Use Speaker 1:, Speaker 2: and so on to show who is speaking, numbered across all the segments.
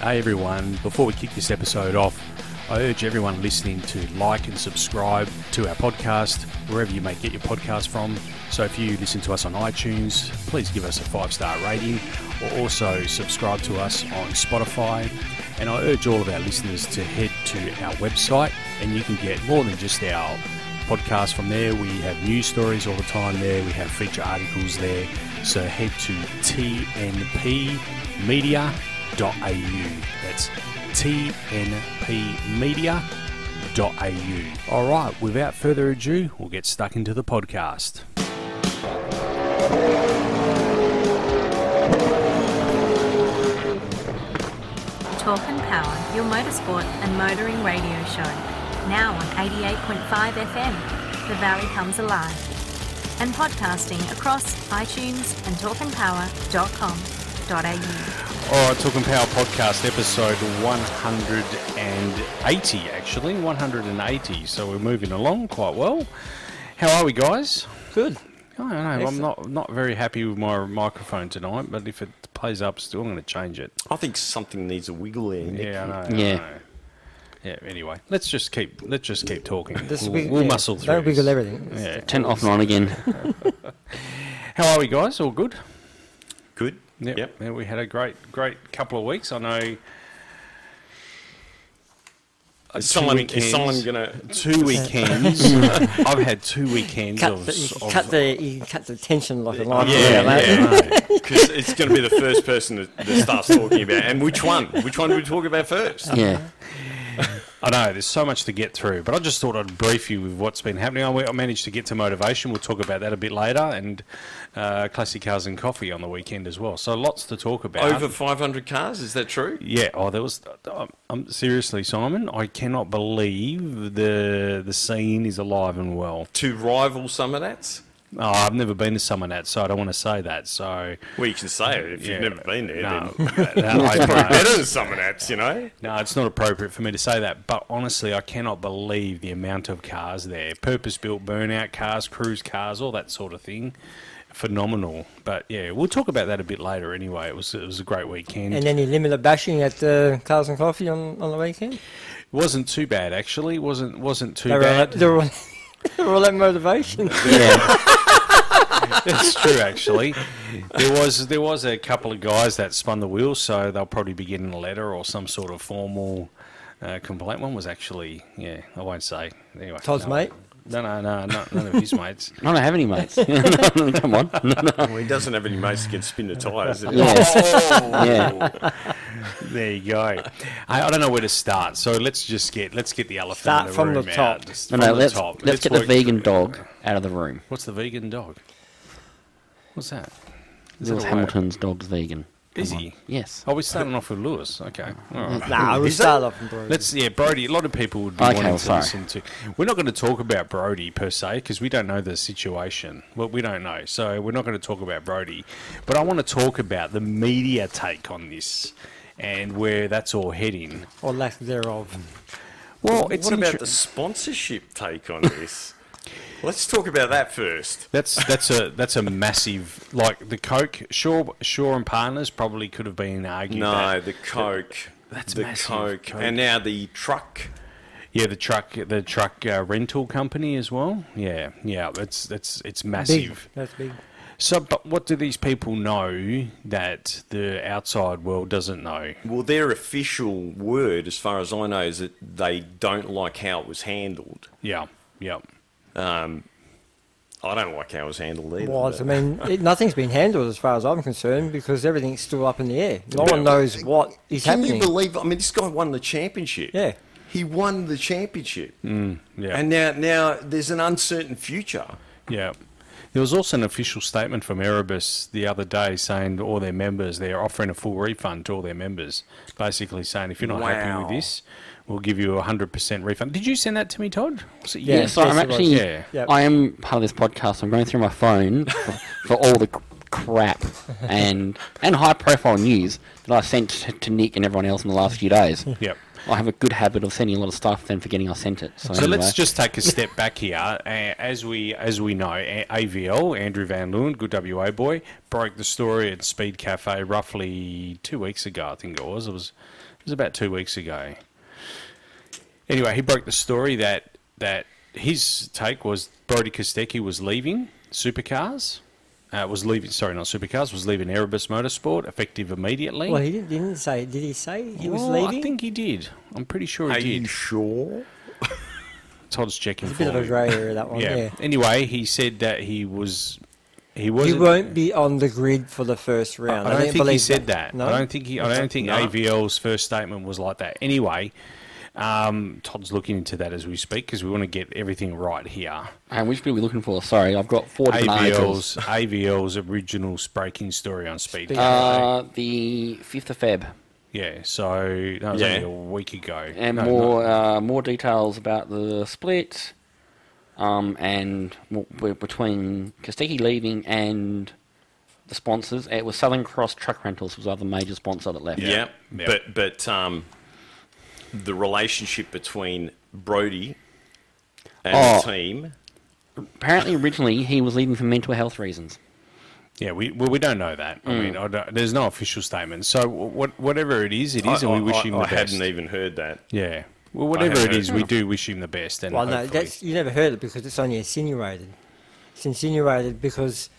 Speaker 1: Hey everyone, before we kick this episode off, I urge everyone listening to like and subscribe to our podcast, wherever you may get your podcast from. So if you listen to us on iTunes, please give us a five star rating or also subscribe to us on Spotify. And I urge all of our listeners to head to our website and you can get more than just our podcast from there. We have news stories all the time there, we have feature articles there. So head to tnpmedia.au. That's tnpmedia.au. All right, without further ado, we'll get stuck into the podcast.
Speaker 2: Talk and Power, your motorsport and motoring radio show. Now on 88.5 FM, The Valley Comes Alive. And podcasting across iTunes and talkandpower.com.au.
Speaker 1: All right, Talking Power podcast episode 180, actually. 180. So we're moving along quite well. How are we, guys?
Speaker 3: Good.
Speaker 1: I don't know. I'm not not very happy with my microphone tonight, but if it plays up still, I'm going to change it.
Speaker 3: I think something needs a wiggle there. Nick.
Speaker 1: Yeah, I know. I
Speaker 4: Yeah.
Speaker 1: know. Yeah. Anyway, let's just keep let's just keep talking.
Speaker 5: This
Speaker 1: we'll
Speaker 5: will-
Speaker 1: we'll
Speaker 5: yeah,
Speaker 1: muscle through.
Speaker 5: that'll
Speaker 1: this.
Speaker 5: wiggle everything.
Speaker 1: Yeah.
Speaker 4: Turn off and on again.
Speaker 1: How are we, guys? All good?
Speaker 3: Good.
Speaker 1: Yep. Yeah, we had a great great couple of weeks. I know. Uh, two
Speaker 3: Is someone,
Speaker 1: weekends-
Speaker 3: is someone gonna?
Speaker 1: two weekends? I've had two weekends
Speaker 5: Cut
Speaker 1: of,
Speaker 5: the, you can
Speaker 1: of-
Speaker 5: cut the you can cut the tension like a line.
Speaker 3: Yeah,
Speaker 5: like that.
Speaker 3: yeah. Because it's gonna be the first person that, that starts talking about. And which one? Which one do we talk about first?
Speaker 4: Yeah.
Speaker 1: I know there's so much to get through, but I just thought I'd brief you with what's been happening. I I managed to get to motivation. We'll talk about that a bit later, and uh, classic cars and coffee on the weekend as well. So lots to talk about.
Speaker 3: Over 500 cars. Is that true?
Speaker 1: yeah. Oh, there was. I'm, I'm seriously, Simon. I cannot believe the the scene is alive and well.
Speaker 3: To rival Summonats?
Speaker 1: Oh, I've never been to someone that, so I don't want to say that. So
Speaker 3: Well, you can say it if you've
Speaker 1: Yeah.
Speaker 3: never been there.
Speaker 1: no,
Speaker 3: Then.
Speaker 1: no, I-
Speaker 3: Probably better than Summonats, you know.
Speaker 1: No, it's not appropriate for me to say that, but honestly, I cannot believe the amount of cars there. Purpose built burnout cars, cruise cars, all that sort of thing. Phenomenal. But yeah, we'll talk about that a bit later anyway. It was it was a great weekend.
Speaker 5: And any limited bashing at uh, Cars and Coffee on, on the weekend?
Speaker 1: it wasn't too bad actually. wasn't wasn't too
Speaker 5: They were, all
Speaker 1: bad.
Speaker 5: that, they, were all, they were all that motivation.
Speaker 4: Yeah.
Speaker 1: That's true actually. There was there was a couple of guys that spun the wheel, so they'll probably be getting a letter or some sort of formal uh, complaint. One was actually yeah, I won't say anyway.
Speaker 5: Todd's
Speaker 1: no.
Speaker 5: mate.
Speaker 1: No, no, no, no, none of his mates.
Speaker 4: I don't have any mates. Come on.
Speaker 1: Oh.
Speaker 3: Well, he doesn't have any mates that can spin the tyres.
Speaker 4: Yeah.
Speaker 3: Oh.
Speaker 4: Yeah.
Speaker 1: There you go. I, I don't know where to start, so let's just get let's get the elephant
Speaker 5: Start
Speaker 1: in the
Speaker 5: from the
Speaker 1: room
Speaker 5: top.
Speaker 1: out. Just
Speaker 4: No,
Speaker 1: from
Speaker 4: no,
Speaker 1: the
Speaker 4: let's,
Speaker 1: top.
Speaker 4: let's, get the
Speaker 1: work
Speaker 4: vegan
Speaker 1: through.
Speaker 4: dog out of the room.
Speaker 1: What's the vegan dog? What's that? Is
Speaker 4: Lewis
Speaker 1: that a-
Speaker 4: Hamilton's dog's vegan.
Speaker 1: Is
Speaker 4: Come
Speaker 1: he?
Speaker 4: on. Yes.
Speaker 1: Oh, we're starting off with Lewis. Okay. All right.
Speaker 5: Nah, we'll start off and Brody.
Speaker 1: Let's yeah, Brody. A lot of people would be
Speaker 4: Okay,
Speaker 1: wanting to
Speaker 4: sorry.
Speaker 1: listen to. We're not going to talk about Brody per se because we don't know the situation. Well, we don't know, so we're not going to talk about Brody. But I want to talk about the media take on this and where that's all heading.
Speaker 5: Or lack thereof.
Speaker 1: Well,
Speaker 3: What about the sponsorship take on this? Let's talk about that first.
Speaker 1: That's that's a that's a massive like the Coke Shaw Shaw and Partners probably could have been argued.
Speaker 3: No,
Speaker 1: that-
Speaker 3: the Coke.
Speaker 1: That's
Speaker 3: the
Speaker 1: massive,
Speaker 3: Coke.
Speaker 1: Coke.
Speaker 3: And now the truck.
Speaker 1: yeah, the truck the truck uh, rental company as well. Yeah, yeah, it's it's it's
Speaker 5: Big.
Speaker 1: massive.
Speaker 5: That's big.
Speaker 1: So, but what do these people know that the outside world doesn't know?
Speaker 3: Well, their official word, as far as I know, is that they don't like how it was handled.
Speaker 1: Yeah, yeah.
Speaker 3: I don't like how it was handled either.
Speaker 5: Was I
Speaker 3: but-
Speaker 5: mean, it, nothing's been handled as far as I'm concerned because everything's still up in the air. No one knows what is
Speaker 3: Can
Speaker 5: happening.
Speaker 3: you believe? I mean, this guy won the championship.
Speaker 5: Yeah.
Speaker 3: He won the championship.
Speaker 1: Mm, Yeah,
Speaker 3: And now, now there's an uncertain future.
Speaker 1: yeah. There was also an official statement from Erebus the other day saying to all their members they're offering a full refund to all their members, basically saying if you're not happy with
Speaker 3: Wow.
Speaker 1: this, we'll give you a hundred percent refund. Did you send that to me, Todd? Was it you?
Speaker 5: Yeah,
Speaker 4: Yeah, so
Speaker 5: yes,
Speaker 4: I'm
Speaker 5: it was.
Speaker 4: actually,
Speaker 1: Yeah.
Speaker 5: Yep.
Speaker 4: I am part of this podcast. I'm going through my phone for, for all the c- crap and and high profile news that I sent to, to Nick and everyone else in the last few days.
Speaker 1: Yep.
Speaker 4: I have a good habit of sending a lot of stuff, then forgetting I sent it. So,
Speaker 1: So let's
Speaker 4: anyway.
Speaker 1: just take a step back here. Uh, As we as we know, A- AVL Andrew Van Leeuwen, good WA boy, broke the story at Speed Cafe roughly two weeks ago. I think it was. It was it was about two weeks ago. Anyway, he broke the story that that his take was Brody Kostecki was leaving Supercars. Uh, was leaving. Sorry, not Supercars. Was leaving Erebus Motorsport effective immediately.
Speaker 5: Well, he didn't, didn't say. Did he say he was
Speaker 1: Oh,
Speaker 5: leaving?
Speaker 1: I think he did. I'm pretty sure he did.
Speaker 3: sure?
Speaker 1: Todd's checking.
Speaker 5: it's a bit of
Speaker 1: for
Speaker 5: a
Speaker 1: me.
Speaker 5: grey area that one. Oh, yeah.
Speaker 1: Yeah. Anyway, he said that he was. He was.
Speaker 5: He won't be on the grid for the first
Speaker 1: I
Speaker 5: round.
Speaker 1: don't
Speaker 5: didn't
Speaker 1: think he
Speaker 5: believe
Speaker 1: said that.
Speaker 5: No,
Speaker 1: I don't think he. I don't think
Speaker 3: No.
Speaker 1: AVL's first statement was like that. Anyway, um, Todd's looking into that as we speak because we want to get everything right here.
Speaker 4: And which bit are we looking for? Sorry, I've got four different articles.
Speaker 1: AVL's AVL's original breaking story on Speed.
Speaker 5: Speed.
Speaker 4: Uh, the 5th of Feb.
Speaker 1: yeah, so that was
Speaker 3: Yeah.
Speaker 1: only a week ago.
Speaker 4: And
Speaker 1: No,
Speaker 4: more
Speaker 1: not-
Speaker 4: uh, more details about the split um, and w- w- between Kostecki leaving and the sponsors. It was Southern Cross Truck Rentals was the other major sponsor that left.
Speaker 3: Yeah.
Speaker 1: Yeah.
Speaker 3: But but um, the relationship between Brody and the
Speaker 4: Oh.
Speaker 3: team.
Speaker 4: Apparently, originally, he was leaving for mental health reasons.
Speaker 1: yeah, we well, we don't know that. I mean, I don't, there's no official statement. So what, whatever it is, it is,
Speaker 3: I,
Speaker 1: and we
Speaker 3: I-
Speaker 1: wish him
Speaker 3: I,
Speaker 1: the
Speaker 3: I
Speaker 1: best.
Speaker 3: hadn't even heard that.
Speaker 1: Yeah. Well, whatever it
Speaker 3: haven't
Speaker 1: is,
Speaker 3: heard
Speaker 1: we do wish him the best. And
Speaker 5: Well, no,
Speaker 1: hopefully-
Speaker 5: that's, you never heard it because it's only insinuated. It's insinuated because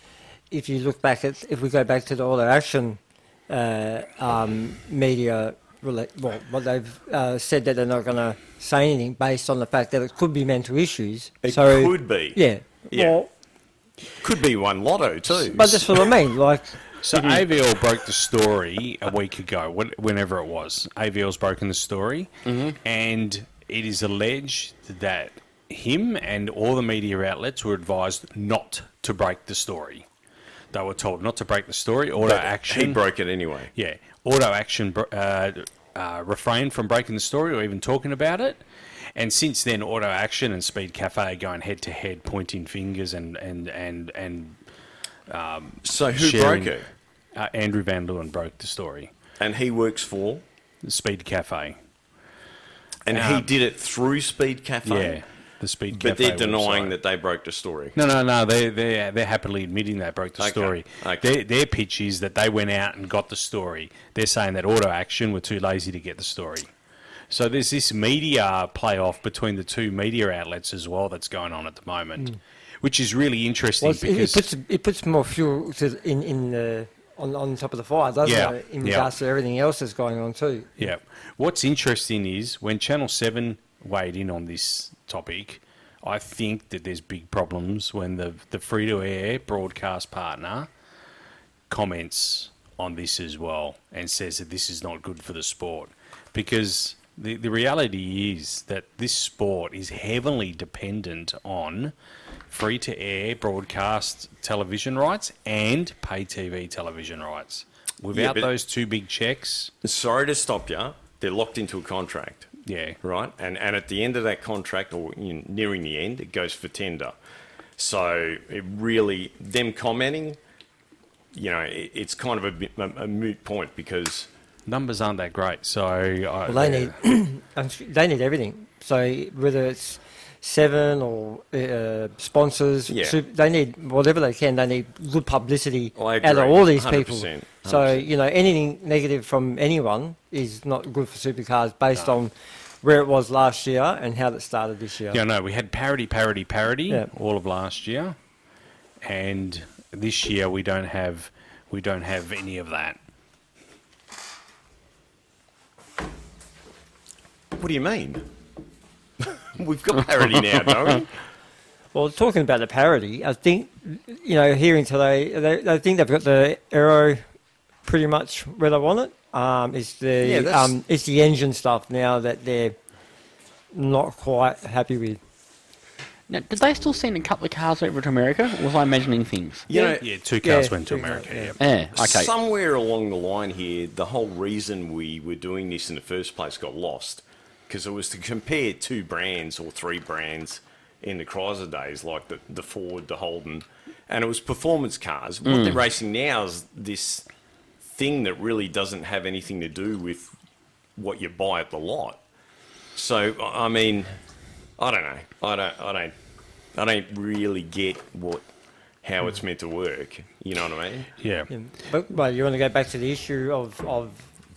Speaker 5: if you look back at, if we go back to the All Action uh, um, media, rela- well, what they've uh, said that they're not going to say anything based on the fact that it could be mental issues.
Speaker 3: It
Speaker 5: so,
Speaker 3: could be.
Speaker 5: Yeah.
Speaker 3: Yeah.
Speaker 5: Well,
Speaker 3: Could be one lotto too.
Speaker 5: but that's what I mean. Like,
Speaker 1: so AVL broke the story a week ago, when- whenever it was. AVL's broken the story,
Speaker 3: Mm-hmm.
Speaker 1: and it is alleged that him and all the media outlets were advised not to break the story. They were told not to break the story. Auto action.
Speaker 3: he broke it anyway.
Speaker 1: Yeah, auto action br- uh, uh, refrained from breaking the story or even talking about it. And since then, auto action and Speed Cafe are going head to head, pointing fingers, and and and and
Speaker 3: So who
Speaker 1: sharing-
Speaker 3: broke it?
Speaker 1: Uh, Andrew Van Leeuwen broke the story.
Speaker 3: And he works for.
Speaker 1: Speed Cafe.
Speaker 3: And he
Speaker 1: Um,
Speaker 3: did it through Speed Cafe.
Speaker 1: Yeah, the Speed
Speaker 3: But
Speaker 1: Cafe.
Speaker 3: they're denying
Speaker 1: website.
Speaker 3: that they broke the story.
Speaker 1: No, no, no. They they uh, they're happily admitting they broke the
Speaker 3: Okay,
Speaker 1: story.
Speaker 3: okay.
Speaker 1: Their their pitch is that they went out and got the story. They're saying that Auto Action were too lazy to get the story. So there's this media playoff between the two media outlets as well that's going on at the moment, which is really interesting
Speaker 5: Hmm. well, it, it
Speaker 1: because
Speaker 5: puts it puts more fuel to, the- in in the on on top of the fire, doesn't
Speaker 1: Yeah,
Speaker 5: it? In
Speaker 1: yeah.
Speaker 5: regards to everything else that's going on too.
Speaker 1: Yeah. What's interesting is when Channel 7 weighed in on this topic, I think that there's big problems when the, the free to air broadcast partner comments on this as well and says that this is not good for the sport. Because the, the reality is that this sport is heavily dependent on free to air broadcast television rights and pay TV television rights. Without
Speaker 3: but-
Speaker 1: those two big checks,
Speaker 3: Sorry to stop you. They're locked into a contract.
Speaker 1: Yeah.
Speaker 3: Right? And and at the end of that contract, or you know, nearing the end, it goes for tender. So it really, them commenting, you know, it, it's kind of a, bit- a, a moot point because
Speaker 1: numbers aren't that great. So I,
Speaker 5: Well, they need I'm su- they need everything. So whether it's Seven or uh, sponsors,
Speaker 3: Yeah.
Speaker 5: sup- they need whatever they can. They need good publicity
Speaker 3: Well, I
Speaker 5: out of
Speaker 3: agree.
Speaker 5: all these people.
Speaker 3: 100%,
Speaker 5: So you know anything negative from anyone is not good for supercars based on where it was last year and how it started this year.
Speaker 1: yeah, no, we had parody, parody, parody
Speaker 5: Yeah.
Speaker 1: all of last year, and this year we don't have we don't have any of that.
Speaker 3: what do you mean? We've got parity now, don't we?
Speaker 5: Well, talking about the parody, I think you know hearing today, they, they think they've got the arrow pretty much where they want it. Um, it's the
Speaker 3: Yeah, that's-
Speaker 5: um, it's the engine stuff now that they're not quite happy with.
Speaker 4: Now, did they still send a couple of cars over to America? Or was I imagining things?
Speaker 3: You know,
Speaker 1: yeah, two cars
Speaker 5: yeah,
Speaker 1: went to
Speaker 5: two cars,
Speaker 1: America.
Speaker 5: yeah.
Speaker 1: yeah.
Speaker 4: Yeah, okay.
Speaker 3: Somewhere along the line here, the whole reason we were doing this in the first place got lost because it was to compare two brands or three brands in the Chrysler days, like the, the Ford, the Holden, and it was performance cars. What
Speaker 4: Mm.
Speaker 3: they're racing now is this thing that really doesn't have anything to do with what you buy at the lot. So I I mean, I don't know. I don't. I don't. I don't really get what how
Speaker 4: Mm.
Speaker 3: it's meant to work. You know what I mean?
Speaker 1: Yeah.
Speaker 5: Yeah. But well, you want to go back to the issue of of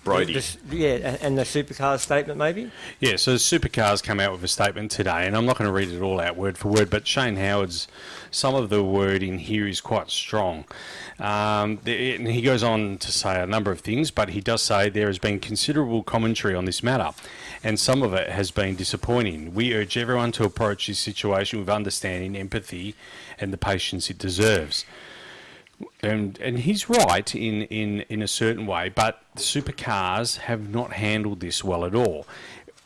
Speaker 3: Brody.
Speaker 5: this- yeah, a- and the supercar statement maybe.
Speaker 1: Yeah, so Supercars come out with a statement today, and I'm not going to read it all out word for word, but Shane Howard's, some of the word in here is quite strong. Um, the- and he goes on to say a number of things, but he does say there has been considerable commentary on this matter, and some of it has been disappointing. We urge everyone to approach this situation with understanding, empathy, and the patience it deserves and and he's right in in in a certain way, but supercars have not handled this well at all.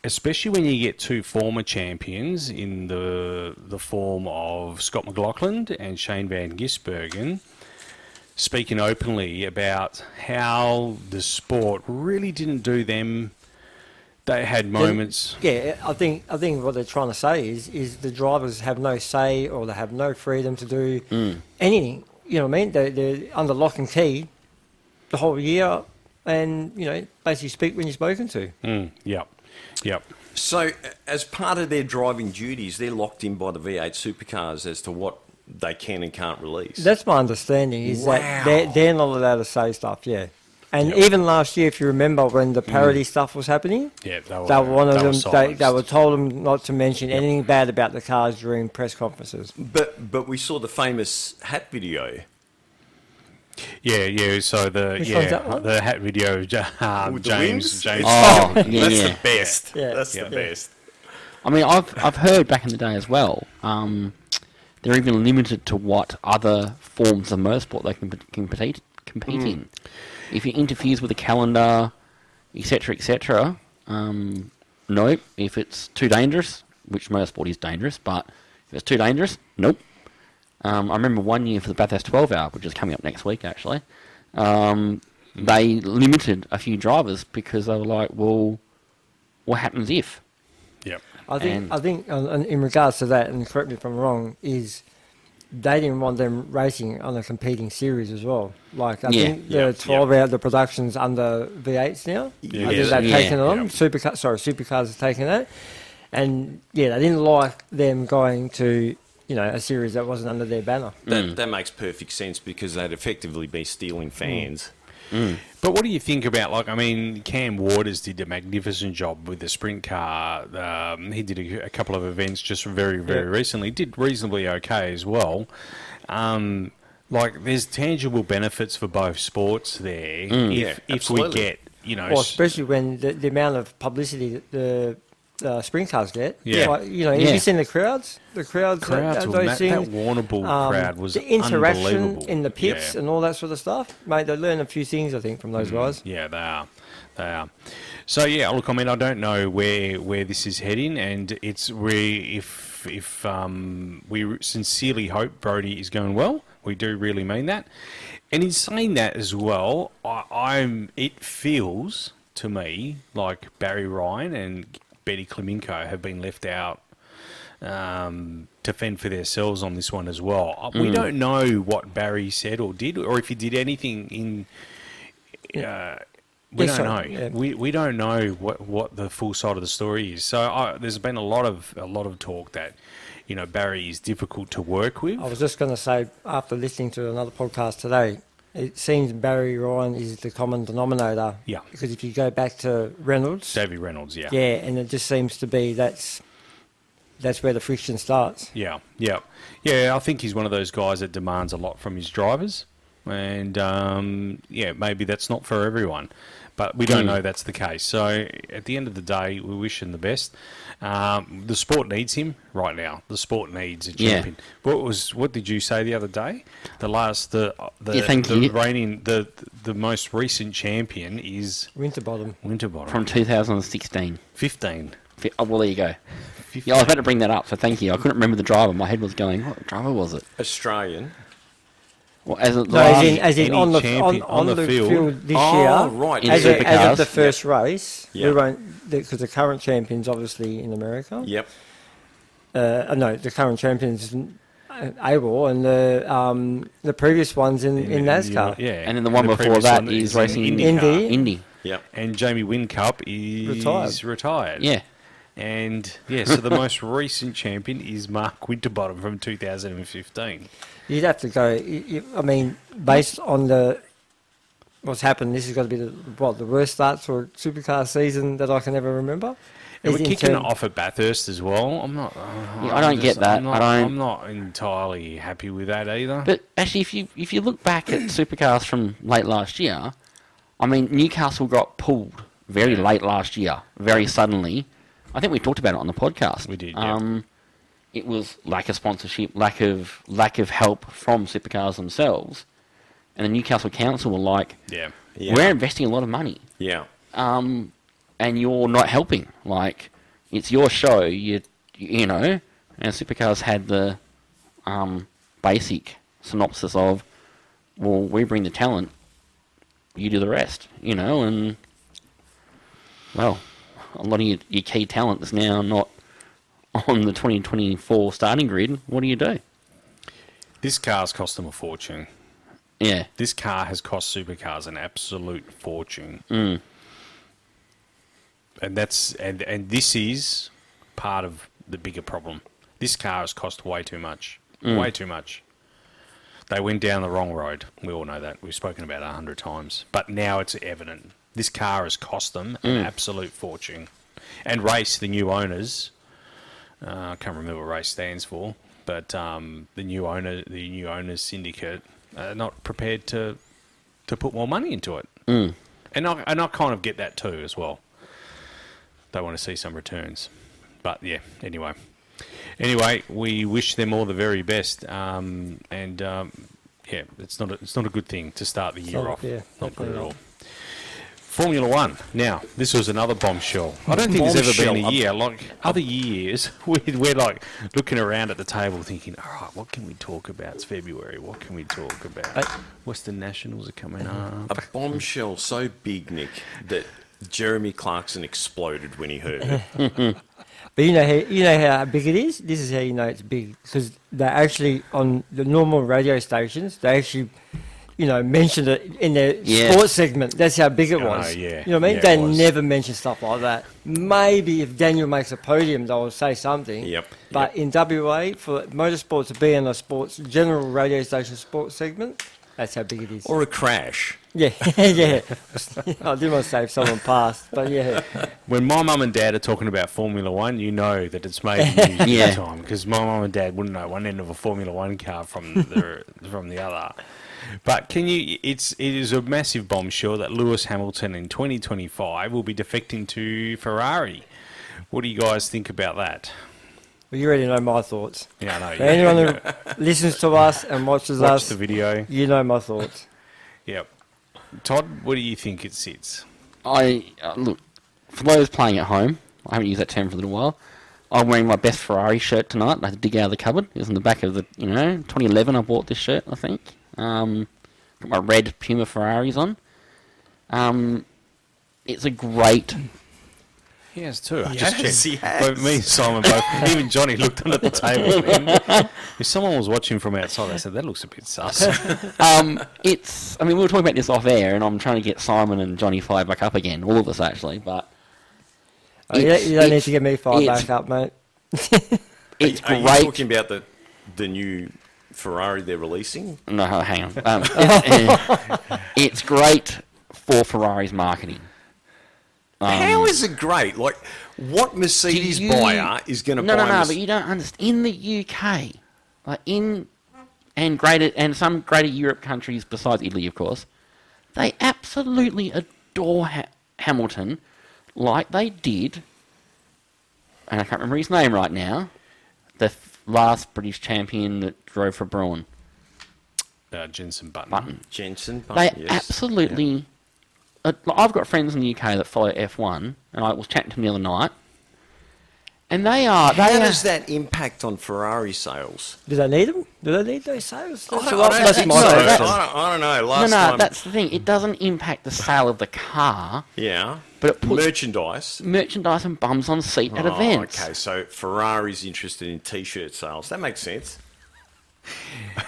Speaker 1: Especially when you get two former champions in the the form of Scott McLaughlin and Shane van Gisbergen speaking openly about how the sport really didn't do them. They had moments.
Speaker 5: Yeah, I think I think what they're trying to say is is the drivers have no say or they have no freedom to do
Speaker 1: Hmm.
Speaker 5: anything. You know what I mean? They, they're under lock and key the whole year, and you know basically speak when you're spoken to.
Speaker 1: Mm, yep, yep.
Speaker 3: So, as part of their driving duties, they're locked in by the V8 supercars as to what they can and can't release.
Speaker 5: That's my understanding. Is that they're,
Speaker 3: Wow.
Speaker 5: they're not allowed to say stuff. Yeah. And even last year, if you remember when the parody stuff was happening,
Speaker 1: Hmm. Yeah, they were-
Speaker 5: they were one of
Speaker 1: they were
Speaker 5: them. They, they
Speaker 1: silenced.
Speaker 5: were told them not to mention anything bad about the cars during press conferences.
Speaker 3: But but we saw the famous hat video
Speaker 1: Yeah, yeah. So the
Speaker 5: Which one's that
Speaker 1: yeah
Speaker 5: one?
Speaker 1: the hat video, uh,
Speaker 3: with the
Speaker 1: James
Speaker 3: wings.
Speaker 1: James.
Speaker 4: Oh,
Speaker 3: That's
Speaker 4: yeah, yeah.
Speaker 3: the best.
Speaker 5: Yeah.
Speaker 3: That's
Speaker 5: Yeah.
Speaker 3: the best.
Speaker 4: I mean, I've I've heard back in the day as well. Um, they're even limited to what other forms of motorsport they can can compete compete in. If it interferes with the calendar, etc., etc. Um, nope. If it's too dangerous, which motorsport is dangerous, but if it's too dangerous, nope. Um, I remember one year for the Bathurst 12 hour, which is coming up next week actually, um, they limited a few drivers because they were like, well, what happens if?
Speaker 1: Yep.
Speaker 5: I think
Speaker 4: And-
Speaker 5: I think on, on, in regards to that, and correct me if I'm wrong, is they didn't want them racing on a competing series as well. Like I
Speaker 4: Yeah.
Speaker 5: think
Speaker 3: Yeah,
Speaker 5: the
Speaker 3: yeah.
Speaker 5: 12 out the productions under V8s now.
Speaker 3: Yeah.
Speaker 5: I think they've
Speaker 4: Yeah.
Speaker 5: taken it on.
Speaker 1: Yeah.
Speaker 5: Supercar, sorry, supercars have taken that, and yeah, they didn't like them going to you know a series that wasn't under their banner.
Speaker 3: That,
Speaker 4: Mm.
Speaker 3: that makes perfect sense because they'd effectively be stealing fans.
Speaker 1: But what do you think about like? I mean, Cam Waters did a magnificent job with the sprint car. Um, he did a, a couple of events just very, very
Speaker 5: Yeah.
Speaker 1: recently. Did reasonably okay as well. Um, like, there's tangible benefits for both sports there
Speaker 3: Yeah,
Speaker 1: if if we
Speaker 3: absolutely.
Speaker 1: get you know.
Speaker 5: Mm. Well,
Speaker 1: s-
Speaker 5: especially when the, the amount of publicity that the uh, sprint cars get.
Speaker 1: Yeah.
Speaker 5: Like, you know, have
Speaker 4: Yeah.
Speaker 5: you seen the crowds? The crowds, at-
Speaker 1: Crowds
Speaker 5: at
Speaker 1: were
Speaker 5: those
Speaker 1: ma- that
Speaker 5: things, um,
Speaker 1: Warrnambool crowd was
Speaker 5: the interaction
Speaker 1: unbelievable.
Speaker 5: in the pits
Speaker 1: Yeah.
Speaker 5: and all that sort of stuff. Mate, they learn a few things, I think, from those guys.
Speaker 1: Yeah, they are. They are. So yeah, look, I mean, I don't know where where this is heading, and it's we if if um, we sincerely hope Brody is going well. We do really mean that. And in saying that as well, I, I'm. It feels to me like Barry Ryan and Betty Klemenko have been left out um, to fend for themselves on this one as well. Uh, We don't know what Barry said or did, or if he did anything in. Uh, we
Speaker 5: Yeah,
Speaker 1: don't
Speaker 5: sorry,
Speaker 1: know.
Speaker 5: yeah.
Speaker 1: We, we don't know what, what the full side of the story is. So I, there's been a lot of a lot of talk that you know Barry is difficult to work with.
Speaker 5: I was just going to say, after listening to another podcast today, it seems Barry Ryan is the common denominator.
Speaker 1: Yeah.
Speaker 5: Because if you go back to Reynolds,
Speaker 1: Davy Reynolds, yeah,
Speaker 5: yeah, and it just seems to be that's that's where the friction starts.
Speaker 1: yeah, yeah, Yeah, I think he's one of those guys that demands a lot from his drivers, and um, yeah, maybe that's not for everyone, but we don't
Speaker 4: Mm.
Speaker 1: know that's the case. So at the end of the day, we wish him the best. Um, the sport needs him right now. The sport needs a
Speaker 4: Yeah.
Speaker 1: champion. What was what did you say the other day? The last the the,
Speaker 4: Yeah, thank
Speaker 1: the
Speaker 4: you.
Speaker 1: reigning the the most recent champion is
Speaker 5: Winterbottom.
Speaker 1: Winterbottom
Speaker 4: from 2016.
Speaker 1: fifteen.
Speaker 4: Fi- Oh, well, there you go. Yeah, I was about to bring that up, so thank you. I couldn't remember the driver. My head was going, what driver was it?
Speaker 3: Australian.
Speaker 4: Well, as it
Speaker 5: No, as in,
Speaker 4: last-
Speaker 5: as in
Speaker 1: any
Speaker 5: on, the,
Speaker 1: champion
Speaker 5: on, on the field, this
Speaker 3: Oh,
Speaker 5: year.
Speaker 3: right,
Speaker 4: In
Speaker 5: As, of- as
Speaker 4: supercars.
Speaker 5: of the first race,
Speaker 3: Yeah.
Speaker 5: we won't because the current champions obviously in America.
Speaker 3: Yep.
Speaker 5: Uh, no, the current champions in uh, AWOL and the um, the previous ones in, in, NASCAR.
Speaker 1: yeah.
Speaker 4: And then the one before
Speaker 1: previous
Speaker 4: that
Speaker 1: one
Speaker 4: is
Speaker 1: in
Speaker 4: racing
Speaker 1: IndyCar.
Speaker 5: Indy.
Speaker 4: Indy.
Speaker 3: Yep.
Speaker 1: And Jamie Wincup is
Speaker 5: Retired.
Speaker 1: retired.
Speaker 4: Yeah.
Speaker 1: And yeah, so the most recent champion is Mark Winterbottom from 2015.
Speaker 5: You'd have to go. You, you, I mean, based on the what's happened, this has got to be the what the worst start to a supercar season that I can ever remember.
Speaker 1: And
Speaker 5: Is
Speaker 1: we're
Speaker 5: in
Speaker 1: kicking
Speaker 5: turn-
Speaker 1: it off at Bathurst as well. I'm not. uh, I'm
Speaker 4: I don't
Speaker 1: just-
Speaker 4: get that.
Speaker 1: I'm not,
Speaker 4: I don't-
Speaker 1: I'm not entirely happy with that either.
Speaker 4: But actually, if you if you look back at supercars from late last year, I mean Newcastle got pulled very late last year, very suddenly. I think we talked about it on the podcast.
Speaker 1: We did, yeah.
Speaker 4: Um, It was lack of sponsorship, lack of lack of help from supercars themselves, and the Newcastle Council were like,
Speaker 1: yeah.
Speaker 3: Yeah.
Speaker 4: "We're investing a lot of money,
Speaker 3: Yeah.
Speaker 4: um, and you're not helping. Like, it's your show. You you know." And Supercars had the um, basic synopsis of, well, we bring the talent, you do the rest, you know, and well, a lot of your, your key talent is now not on the 2024 starting grid. What do you do?
Speaker 1: This car's cost them a fortune.
Speaker 4: Yeah,
Speaker 1: This car has cost supercars an absolute fortune. And that's and and this is part of the bigger problem. This car has cost way too much. Way too much. They went down the wrong road. We all know that. We've spoken about it a hundred times. But now it's evident. This car has cost them an absolute fortune. And race, the new owners, uh, I can't remember what race stands for, but um, the new owner, the new owners syndicate, are not prepared to to put more money into it. Mm. And I and I kind of get that too as well. They want to see some returns, but yeah. Anyway, anyway, we wish them all the very best. Um, and um, yeah, it's not a, it's not a good thing to start the year
Speaker 5: not-
Speaker 1: off.
Speaker 5: yeah,
Speaker 1: not good at
Speaker 5: definitely
Speaker 1: all. Formula One. Now, this was another bombshell. I don't think there's ever been a
Speaker 3: Bombshell.
Speaker 1: year like other years. We're, we're like looking around at the table, thinking, "All right, what can we talk about? It's February. What can we talk about? Western Nationals are coming up."
Speaker 3: A bombshell so big, Nick, that Jeremy Clarkson exploded when he heard it.
Speaker 5: But you know how you know how big it is. This is how you know it's big because they actually on the normal radio stations they actually, you know, mentioned it in their
Speaker 4: Yeah.
Speaker 5: sports segment. That's how big it
Speaker 1: Oh,
Speaker 5: was.
Speaker 1: yeah.
Speaker 5: You know what I mean?
Speaker 1: Yeah, it
Speaker 5: they
Speaker 1: was.
Speaker 5: never mention stuff like that. Maybe if Daniel makes a podium, they'll say something.
Speaker 3: Yep.
Speaker 5: But in WA for motorsport to be in a sports general radio station sports segment, that's how big it is.
Speaker 3: Or a crash.
Speaker 5: yeah, yeah. I didn't want to say if someone passed, but yeah.
Speaker 1: When my mum and dad are talking about Formula One, you know that it's made news
Speaker 4: Yeah.
Speaker 1: yeah. time because my mum and dad wouldn't know one end of a Formula One car from the from the other. But can you? It's it is a massive bombshell that Lewis Hamilton in 2025 will be defecting to Ferrari. What do you guys think about that?
Speaker 5: Well, you already know my thoughts.
Speaker 1: Yeah, I know.
Speaker 5: But anyone who listens to us and watches
Speaker 1: Watch
Speaker 5: us,
Speaker 1: the video.
Speaker 5: you know my thoughts. Uh,
Speaker 1: Yep. Todd, what do you think it sits?
Speaker 4: I uh, look for those playing at home. I haven't used that term for a little while. I'm wearing my best Ferrari shirt tonight. I had to dig out of the cupboard. It was in the back of the, you know, 2011. I bought this shirt, I think. Um, got my red Puma Ferraris on. Um, it's a great.
Speaker 1: He has too. I
Speaker 3: Yes, he has.
Speaker 1: Both me and Simon both. even Johnny looked under the table. Then. If someone was watching from outside, I said that looks a bit sus. Uh,
Speaker 4: Um, it's. I mean, we were talking about this off air, and I'm trying to get Simon and Johnny fired back up again. All of us actually, but
Speaker 5: Oh, you, don't, you don't need
Speaker 4: It's-
Speaker 5: to get me fired
Speaker 4: it's-
Speaker 5: back up, mate.
Speaker 4: it's
Speaker 3: Are
Speaker 4: great.
Speaker 3: you talking about the the new Ferrari they're releasing?
Speaker 4: No, hang on. Um, it's, it's great for Ferrari's marketing.
Speaker 3: How is it great? Like, what Mercedes
Speaker 4: you-
Speaker 3: buyer is going to
Speaker 4: no,
Speaker 3: buy?
Speaker 4: no, no,
Speaker 3: Merce-
Speaker 4: but you don't understand. In the UK, like in and greater and some greater Europe countries besides Italy, of course, they absolutely adore ha- Hamilton, like they did. And I can't remember his name right now. The f- last British champion that drove for Braun,
Speaker 1: Uh, Jensen Button.
Speaker 4: Button.
Speaker 3: Jensen,
Speaker 4: They
Speaker 3: Button, Oh, yes.
Speaker 4: absolutely. Uh, like, I've got friends in the UK that follow F1, and I was chatting to them the other night, and they are. They
Speaker 3: How
Speaker 4: are,
Speaker 3: does that impact on Ferrari sales?
Speaker 5: Do they need them? Do they need those sales? That's,
Speaker 3: I
Speaker 5: a
Speaker 3: don't,
Speaker 5: lot-
Speaker 3: I don't
Speaker 5: that's
Speaker 3: think
Speaker 5: my
Speaker 3: so. I
Speaker 5: question.
Speaker 3: don't- I don't know.
Speaker 4: No, no,
Speaker 3: Last time,
Speaker 4: that's the thing. It doesn't impact the sale of the car,
Speaker 3: yeah,
Speaker 4: but it puts
Speaker 3: merchandise.
Speaker 4: merchandise and bums on seat at
Speaker 3: Oh,
Speaker 4: events.
Speaker 3: okay, so Ferrari's interested in T-shirt sales. That makes sense.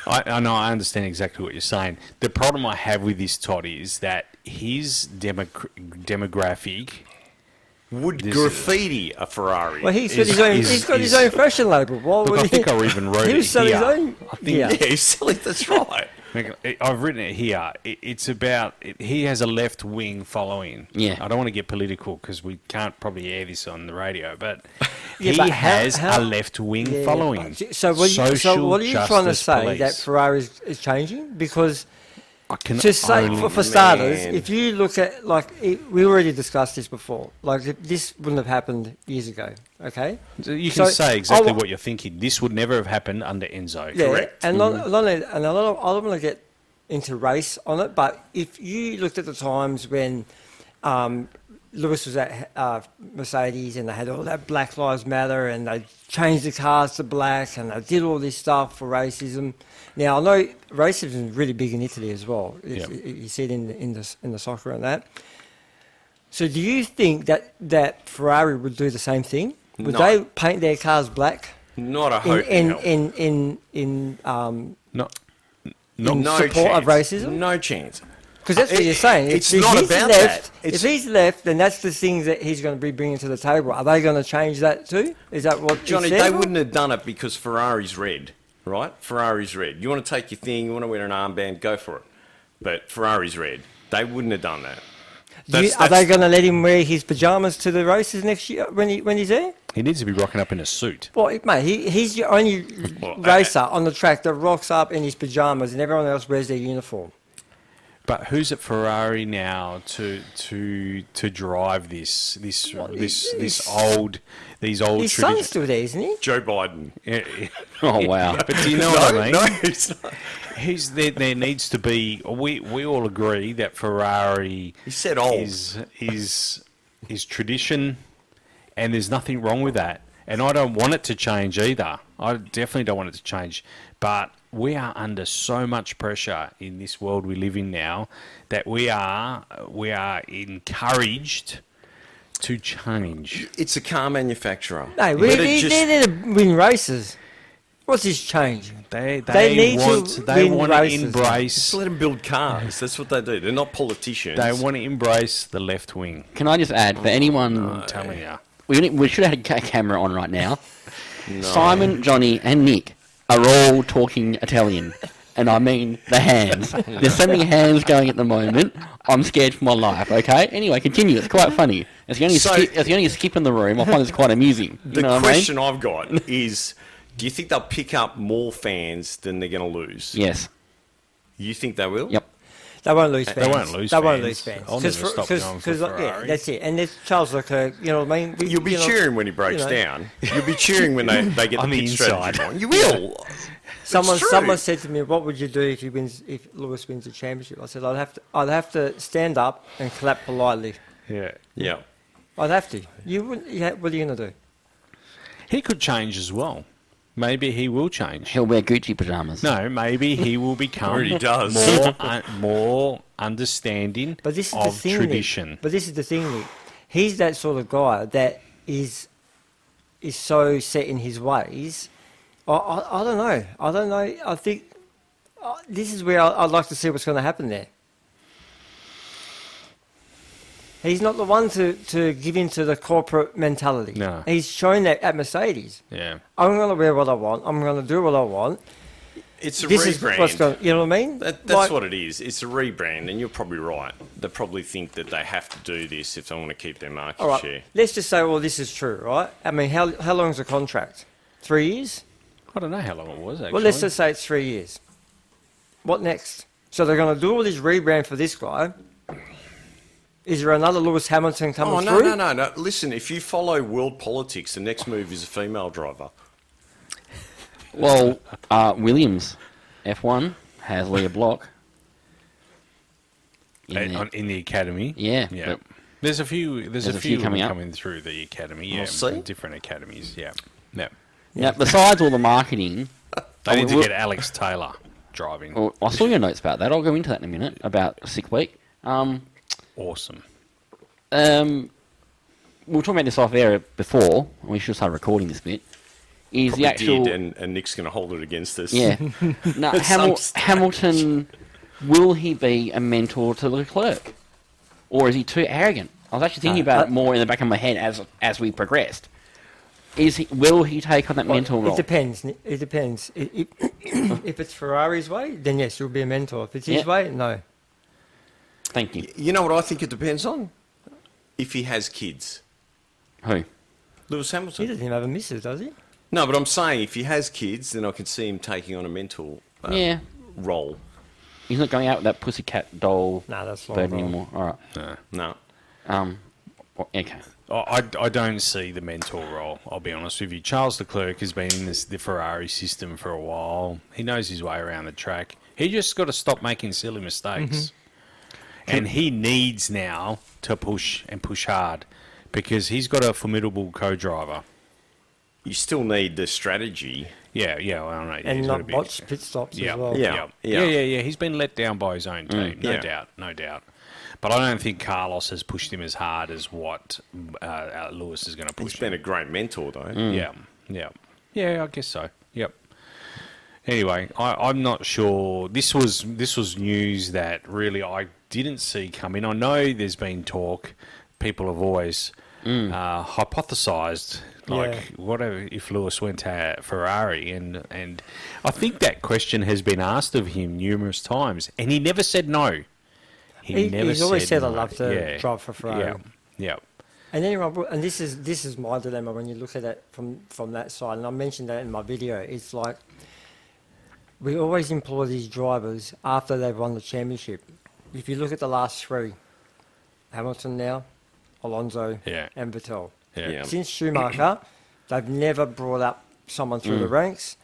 Speaker 1: I, I know. I understand exactly what you're saying. The problem I have with this Todd is that his demo- demographic
Speaker 3: Would
Speaker 1: This
Speaker 3: graffiti a Ferrari?
Speaker 5: Well, he's got
Speaker 1: Is-
Speaker 5: his own.
Speaker 1: is-
Speaker 5: he's got his
Speaker 1: is-
Speaker 5: own fashion label. Why
Speaker 1: Look,
Speaker 5: would
Speaker 1: I
Speaker 5: he?
Speaker 1: think I even wrote
Speaker 5: he
Speaker 1: it
Speaker 5: was selling his
Speaker 1: here.
Speaker 5: own.
Speaker 1: I think-
Speaker 5: yeah.
Speaker 3: yeah, he's silly. That's right.
Speaker 1: Like, I- I've written it here. It- It's about it- he has a left wing following.
Speaker 4: Yeah.
Speaker 1: I don't want to get political because we can't probably air this on the radio, but
Speaker 5: Yeah,
Speaker 1: he
Speaker 5: but how-
Speaker 1: has a
Speaker 5: how-
Speaker 1: left wing
Speaker 5: Yeah,
Speaker 1: following.
Speaker 5: but- So, what are you, so
Speaker 1: Social
Speaker 5: what are you trying to
Speaker 1: justice
Speaker 5: say that
Speaker 1: police.
Speaker 5: Ferrari is, is changing? Because
Speaker 1: I can
Speaker 5: just say
Speaker 1: only-
Speaker 5: for, for starters,
Speaker 3: man.
Speaker 5: if you look at like it, we already discussed this before, like if this wouldn't have happened years ago. Okay,
Speaker 1: you can
Speaker 5: So, I
Speaker 1: say exactly
Speaker 5: wa-
Speaker 1: what you're thinking. This would never have happened under Enzo.
Speaker 5: Yeah,
Speaker 1: Correct.
Speaker 5: And not, not only, and I don't, I don't want to get into race on it, but if you looked at the times when um, Lewis was at uh, Mercedes and they had all that Black Lives Matter and they changed the cars to black and they did all this stuff for racism. Now I know racism is really big in Italy as well. It's-
Speaker 1: Yeah.
Speaker 5: You see it in the, in the in the soccer and that. So do you think that that Ferrari would do the same thing? Would
Speaker 3: No.
Speaker 5: they paint their cars black?
Speaker 3: Not a
Speaker 5: in
Speaker 3: hope. in
Speaker 5: in
Speaker 3: hell.
Speaker 5: in in, in um
Speaker 1: Not,
Speaker 5: in
Speaker 3: no
Speaker 5: support
Speaker 3: chance.
Speaker 5: of racism?
Speaker 3: No chance.
Speaker 5: because that's what
Speaker 3: It-
Speaker 5: you're saying.
Speaker 3: it's not about that.
Speaker 5: left,
Speaker 3: It's-
Speaker 5: if he's left, then that's the things that he's going to be bringing to the table. Are they going to change that too? Is that what
Speaker 3: Johnny,
Speaker 5: He said?
Speaker 3: they wouldn't have done it because Ferrari's red, right? Ferrari's red. You want to take your thing, you want to wear an armband, go for it. But Ferrari's red. They wouldn't have done that.
Speaker 5: Do you-
Speaker 3: That's-
Speaker 5: are they
Speaker 3: that's-
Speaker 5: going to let him wear his pajamas to the races next year when he when he's there?
Speaker 1: he needs to be rocking up in a suit.
Speaker 5: Well, it- mate, he, he's the only
Speaker 3: Well, I-
Speaker 5: racer on the track that rocks up in his pajamas, and everyone else wears their uniform.
Speaker 1: But who's at Ferrari now to to to drive this this this this old these old
Speaker 5: His son's
Speaker 1: traditions?
Speaker 5: still there, isn't he?
Speaker 3: Joe Biden.
Speaker 4: Oh, wow.
Speaker 1: But do you know what I mean?
Speaker 3: No, he's not.
Speaker 1: He's there, there needs to be. We we all agree that Ferrari
Speaker 3: He said "Oh, old.
Speaker 1: is is is tradition, and there's nothing wrong with that. And I don't want it to change either. I definitely don't want it to change. But we are under so much pressure in this world we live in now that we are we are encouraged to change.
Speaker 3: It's a car manufacturer.
Speaker 5: No, we,
Speaker 3: Let it
Speaker 5: they,
Speaker 3: just-
Speaker 5: they need to win races. What's his change?
Speaker 1: They they,
Speaker 5: They need to
Speaker 1: want they
Speaker 5: win
Speaker 1: want to
Speaker 5: races.
Speaker 1: embrace
Speaker 3: just let them build cars. That's what they do. They're not politicians.
Speaker 1: they want to embrace the left wing. Oh,
Speaker 4: Can I just add for anyone?
Speaker 1: Tell me now.
Speaker 4: we, need- we should have had a ca- camera on right now. Simon, Johnny, and Nick are all talking Italian, and I mean the hands. There's so many hands going at the moment. I'm scared for my life. Okay. Anyway, continue. It's quite funny. It's the only
Speaker 3: So-
Speaker 4: skip, it's the only skip in the room. I find this quite amusing. You
Speaker 3: the
Speaker 4: know what
Speaker 3: question I've got is do you think they'll pick up more fans than they're going to lose?
Speaker 4: I mean? Yes.
Speaker 3: You think they will?
Speaker 4: Yep.
Speaker 5: They won't lose fans.
Speaker 1: won't lose
Speaker 5: They won't
Speaker 1: fans.
Speaker 5: lose fans.
Speaker 1: I'll
Speaker 5: Because
Speaker 1: never
Speaker 5: for-
Speaker 1: stop
Speaker 5: because-
Speaker 1: going for
Speaker 5: because, like, yeah,
Speaker 1: Ferrari.
Speaker 5: that's it. And there's Charles Leclerc. You know what I mean? We-
Speaker 3: You'll be
Speaker 5: you know,
Speaker 3: cheering when he breaks
Speaker 5: know.
Speaker 3: down. You'll be cheering when they, they get
Speaker 1: On
Speaker 3: the
Speaker 1: the
Speaker 3: pit strategy
Speaker 1: inside.
Speaker 3: wrong. You will.
Speaker 5: Someone,
Speaker 3: It's true.
Speaker 5: someone said to me, "What would you do if he wins? If Lewis wins the championship?" I said, "I'd have to. I'd have to stand up and clap politely.
Speaker 1: Yeah.
Speaker 3: Yeah.
Speaker 5: I'd have to. You wouldn't. Yeah, what are you gonna do?
Speaker 1: He could change as well. Maybe he will change.
Speaker 4: He'll wear Gucci pajamas.
Speaker 1: No, maybe he will become
Speaker 3: Already does.
Speaker 1: more un- more understanding
Speaker 5: But this is
Speaker 1: of
Speaker 5: the thing. Nick.
Speaker 1: tradition.
Speaker 5: But this is the thing. Nick. He's that sort of guy that is is so set in his ways. I, I, I don't know. I don't know. I think uh, this is where I, I'd like to see what's going to happen there. He's not the one to, to give in to the corporate mentality.
Speaker 1: No.
Speaker 5: He's shown that at Mercedes.
Speaker 1: yeah.
Speaker 5: I'm going to wear what I want. I'm going to do what I want.
Speaker 3: It's a
Speaker 5: This is
Speaker 3: rebrand.
Speaker 5: what's going. You know what I mean?
Speaker 3: that, that's
Speaker 5: Like-
Speaker 3: what it is. It's a rebrand, and you're probably right. They probably think that they have to do this if they want to keep their market
Speaker 5: All right.
Speaker 3: share.
Speaker 5: Let's just say, well, this is true, right? I mean, how how long's the contract? Three years?
Speaker 1: I don't know how long it was actually.
Speaker 5: Well, let's just say it's three years. What next? So they're going to do all this rebrand for this guy. Is there another Lewis Hamilton coming
Speaker 3: Oh no, no,
Speaker 5: through?
Speaker 3: no, no! Listen, if you follow world politics, the next move is a female driver.
Speaker 4: Well, uh, Williams, F1 has Leah Block. in
Speaker 1: in,
Speaker 4: there.
Speaker 1: on, in the academy.
Speaker 4: Yeah,
Speaker 1: Yeah.
Speaker 4: but-
Speaker 1: there's a few. There's, a, few, coming,
Speaker 4: up.
Speaker 1: through the academy.
Speaker 3: We'll
Speaker 1: Yeah,
Speaker 3: see.
Speaker 1: different academies. Yeah. Yeah. Oh,
Speaker 4: Now, besides all the marketing,
Speaker 1: They need to
Speaker 4: we'll-
Speaker 1: get Alex Taylor driving.
Speaker 4: Well, I saw your notes about that. I'll go into that in a minute about sick week. Um,
Speaker 1: Awesome.
Speaker 4: um, we were talking about this off air before. and We should start recording this bit. Is
Speaker 3: Probably
Speaker 4: the actual
Speaker 3: did, and, and Nick's going to hold it against us.
Speaker 4: yeah? no,
Speaker 3: some
Speaker 4: Hamil-
Speaker 3: stage.
Speaker 4: Hamilton will he be a mentor to Leclerc, or is he too arrogant? I was actually thinking about it more in the back of my head as as we progressed. Is he, will he take on that mentor
Speaker 5: Well,
Speaker 4: role?
Speaker 5: It depends. Ni- It depends. I- If, if it's Ferrari's way, then yes, you'll be a mentor. If it's his
Speaker 4: Yeah.
Speaker 5: way, no.
Speaker 4: Thank you.
Speaker 3: You know what I think it depends on? If he has kids.
Speaker 4: Who?
Speaker 3: Lewis
Speaker 5: He
Speaker 3: Hamilton.
Speaker 5: doesn't even have a missus, does he?
Speaker 3: No, but I'm saying if he has kids, then I can see him taking on a mentor uh,
Speaker 4: Yeah.
Speaker 3: role.
Speaker 4: He's not going out with that pussycat doll
Speaker 5: No, that's
Speaker 4: bird
Speaker 5: long
Speaker 4: anymore. All right.
Speaker 3: No.
Speaker 4: Um. well, okay.
Speaker 1: I, I- I don't see the mentor role. I'll be honest with you. Charles Leclerc has been in this, the Ferrari system for a while. He knows his way around the track. He just got to stop making silly mistakes,
Speaker 5: Mm-hmm.
Speaker 1: and he needs now to push and push hard because he's got a formidable co-driver.
Speaker 3: You still need the strategy.
Speaker 1: Yeah, yeah, well, I don't know.
Speaker 5: And
Speaker 1: he's gotta
Speaker 5: not
Speaker 1: be-
Speaker 5: watch pit stops
Speaker 1: Yeah,
Speaker 5: as well.
Speaker 1: yeah, yeah,
Speaker 3: Yeah. Mm,
Speaker 1: yeah, yeah, He's been let down by his own team, no
Speaker 3: Yeah.
Speaker 1: doubt, no doubt. But I don't think Carlos has pushed him as hard as what uh, uh, Lewis is going to push.
Speaker 3: He's
Speaker 1: him.
Speaker 3: been a great mentor, though.
Speaker 5: Mm.
Speaker 1: Yeah, yeah, yeah. I guess so. Yep. Anyway, I, I'm not sure. This was this was news that really I didn't see coming. I know there's been talk. People have always uh, hypothesized, like,
Speaker 5: Mm. Yeah.
Speaker 1: what if Lewis went to Ferrari? And and I think that question has been asked of him numerous times, and he never said no.
Speaker 5: He- he's always said, "I
Speaker 1: no."
Speaker 5: love to drive for Ferrari.
Speaker 1: Yeah, yeah,
Speaker 5: And anyone, will- and this is this is my dilemma when you look at it from from that side. And I mentioned that in my video. It's like we always employ these drivers after they've won the championship. If you look at the last three, Hamilton now, Alonso,
Speaker 1: Yeah.
Speaker 5: and Vettel.
Speaker 1: yeah.
Speaker 3: Yeah.
Speaker 5: Since Schumacher, they've never brought up someone through
Speaker 1: Mm.
Speaker 5: the ranks.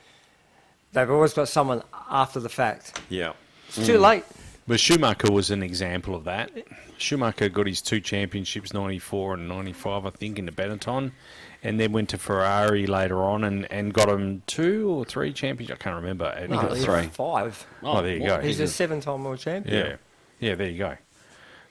Speaker 5: They've always got someone after the fact.
Speaker 3: Yeah.
Speaker 5: It's
Speaker 1: Mm.
Speaker 5: too late.
Speaker 1: But Schumacher was an example of that. Schumacher got his two championships, 94 and 95, I think, in the Benetton, and then went to Ferrari later on and, and got him two or three championships. I can't remember. I think it was
Speaker 5: he's
Speaker 1: three.
Speaker 5: Five.
Speaker 1: Oh, there you go.
Speaker 5: He's a seven-time world champion.
Speaker 1: Yeah. Yeah, there you go.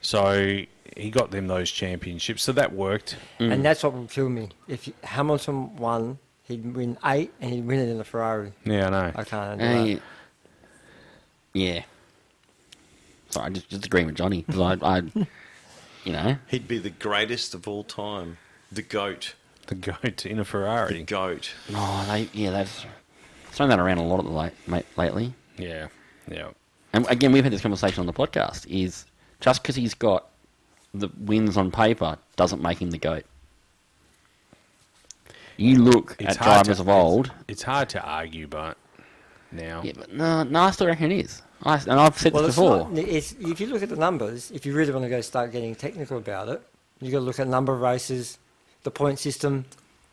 Speaker 1: So he got them those championships. So that worked.
Speaker 5: And that's what would kill me. If Hamilton won, he'd win eight and he'd win it in a Ferrari.
Speaker 1: Yeah, I know.
Speaker 5: I can't handle
Speaker 4: Uh,
Speaker 5: that.
Speaker 4: yeah. Sorry, I just just agreeing with Johnny because I, I, you know,
Speaker 3: He'd be the greatest of all time. The GOAT.
Speaker 1: The goat in a
Speaker 3: The
Speaker 1: Ferrari.
Speaker 3: GOAT.
Speaker 4: oh, they, yeah, that's thrown that around a lot at the late, mate, lately.
Speaker 1: Yeah. Yeah.
Speaker 4: And again, we've had this conversation on the podcast. Is just because he's got the wins on paper doesn't make him the goat. You look
Speaker 1: It's
Speaker 4: at
Speaker 1: hard to-
Speaker 4: drivers of old.
Speaker 1: It's hard to argue, but now.
Speaker 4: Yeah, but no, no, I still reckon it is. I, and I've said
Speaker 5: Well,
Speaker 4: this
Speaker 5: it's
Speaker 4: before.
Speaker 5: not, it's, if you look at the numbers, if you really want to go start getting technical about it, you got to look at number of races, the point system.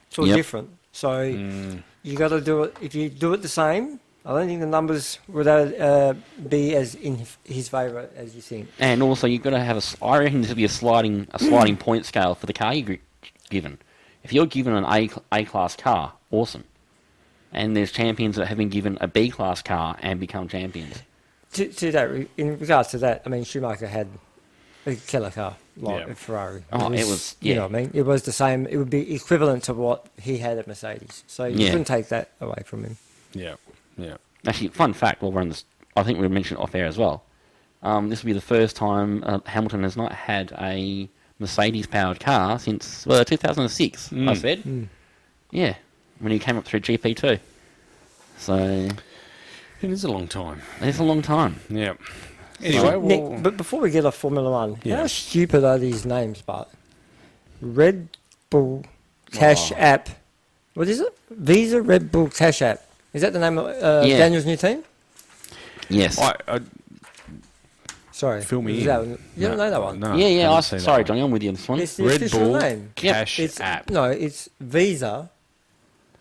Speaker 5: It's all
Speaker 4: Yep.
Speaker 5: different. So you got to do it. If you do it the same, I don't think the numbers would uh, be as in his favour as you think.
Speaker 4: And also, you've got to have a. s- I reckon this would be a sliding a sliding point scale for the car you're gi- given. If you're given an A A class car, awesome. And there's champions that have been given a B class car and become champions.
Speaker 5: to, to that, re- in regards to that, I mean, Schumacher had a killer car, like
Speaker 1: Yeah.
Speaker 5: a Ferrari.
Speaker 4: Oh, it was-
Speaker 5: you
Speaker 4: yeah.
Speaker 5: know what I mean? It was the same, it would be equivalent to what he had at Mercedes. So you
Speaker 4: Yeah.
Speaker 5: couldn't take that away from him.
Speaker 1: Yeah. Yeah.
Speaker 4: Actually, fun fact while we're on this, I think we mentioned it off air as well. Um, this will be the first time uh, Hamilton has not had a Mercedes powered car since, well, 2006, I said. Yeah, when he came up through GP2. So,
Speaker 1: It is a long time.
Speaker 4: it's a long time.
Speaker 1: Yeah. Anyway,
Speaker 5: Nick,
Speaker 1: well-
Speaker 5: but before we get off Formula One,
Speaker 1: Yeah.
Speaker 5: how stupid are these names, but Red Bull Cash App, what is it? Visa Red Bull Cash App. Is that the name of uh,
Speaker 4: Yeah.
Speaker 5: Daniel's new team?
Speaker 4: Yes.
Speaker 1: I, I,
Speaker 5: Sorry.
Speaker 1: Fill me
Speaker 5: is
Speaker 1: in.
Speaker 5: that one- You don't
Speaker 1: No,
Speaker 5: know that one?
Speaker 1: no,
Speaker 4: yeah,
Speaker 1: I
Speaker 4: yeah.
Speaker 1: haven't
Speaker 4: I,
Speaker 1: seen that
Speaker 4: sorry,
Speaker 1: one.
Speaker 4: Johnny, I'm with you on this one.
Speaker 5: It's the
Speaker 1: Red
Speaker 5: official
Speaker 1: Bull
Speaker 5: name.
Speaker 4: Yep.
Speaker 1: Cash
Speaker 5: it's,
Speaker 1: App.
Speaker 5: No, it's Visa.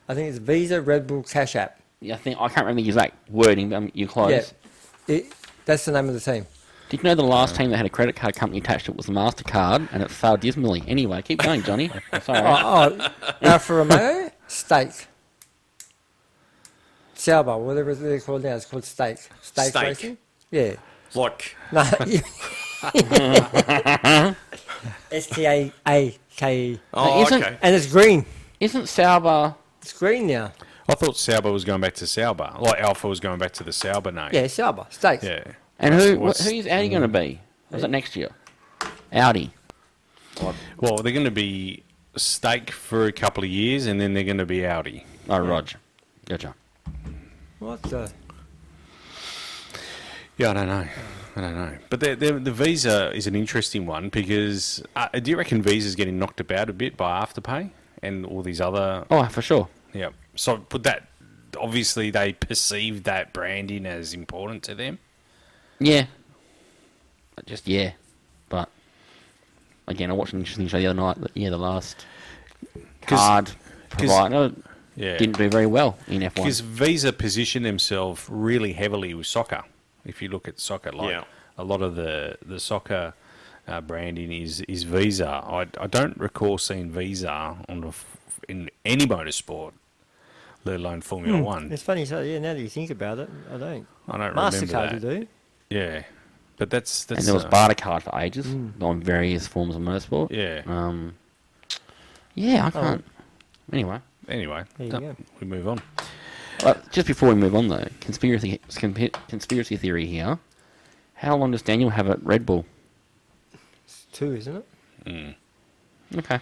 Speaker 5: I think it's Visa Red Bull Cash App.
Speaker 4: Yeah, I think I can't remember the exact wording, but um, you're close.
Speaker 5: Yeah, it, that's the name of the team.
Speaker 4: Did you know the last team that had a credit card company attached to it was Mastercard, and it failed dismally? Anyway, keep going, Johnny. Sorry.
Speaker 5: Oh, oh Alfa Romeo Steak. Sauber, whatever they're called now, it's called Steak. Steak,
Speaker 3: Steak.
Speaker 5: Racing. Yeah.
Speaker 3: Like,
Speaker 5: No. S T A A K E,
Speaker 3: oh,
Speaker 4: isn't-
Speaker 3: okay.
Speaker 5: and it's green.
Speaker 4: Isn't Sauber?
Speaker 5: It's green now.
Speaker 1: I thought Sauber was going back to Sauber, like Alpha was going back to the Sauber name.
Speaker 5: Yeah, Sauber Steak.
Speaker 1: Yeah.
Speaker 4: And who? wh-
Speaker 1: What's-
Speaker 4: Who's Audi going to be? Was it next year? Audi. Like,
Speaker 1: Well, they're going to be steak for a couple of years, and then they're going to be Audi.
Speaker 4: oh, Roger. Gotcha.
Speaker 5: What the?
Speaker 1: Yeah, I don't know. I don't know. But the, the, the Visa is an interesting one because uh, do you reckon Visa's getting knocked about a bit by Afterpay and all these other.
Speaker 4: Oh, for sure.
Speaker 1: Yeah. So put that. Obviously, they perceive that branding as important to them.
Speaker 4: Yeah. But Just yeah. But again, I watched an interesting show the other night. That, yeah, the last
Speaker 1: 'Cause-
Speaker 4: card
Speaker 1: 'cause-
Speaker 4: provider
Speaker 1: Yeah.
Speaker 4: didn't do very well in F1.
Speaker 1: Because Visa position themselves really heavily with soccer. If you look at soccer, like
Speaker 3: Yeah.
Speaker 1: a lot of the the soccer uh, branding is is Visa. I, I don't recall seeing Visa on the, f- in any motorsport, let alone Formula One.
Speaker 5: Hmm. It's funny. So yeah, now that you think about it, I don't.
Speaker 1: I don't
Speaker 5: Mastercard, you
Speaker 1: remember that.
Speaker 5: do.
Speaker 1: Yeah, but that's that's
Speaker 4: and there was
Speaker 1: uh,
Speaker 4: barter card for ages
Speaker 3: Hmm.
Speaker 4: on various forms of motorsport.
Speaker 1: Yeah.
Speaker 4: Um. Yeah, I
Speaker 5: Oh.
Speaker 4: can't. Anyway,
Speaker 1: anyway.
Speaker 5: There you
Speaker 1: no,
Speaker 5: go.
Speaker 1: We move on.
Speaker 4: uh, just before we move on though, conspiracy conspi- conspiracy theory here. How long does Daniel have at Red Bull?
Speaker 5: It's two, isn't it?
Speaker 4: Okay.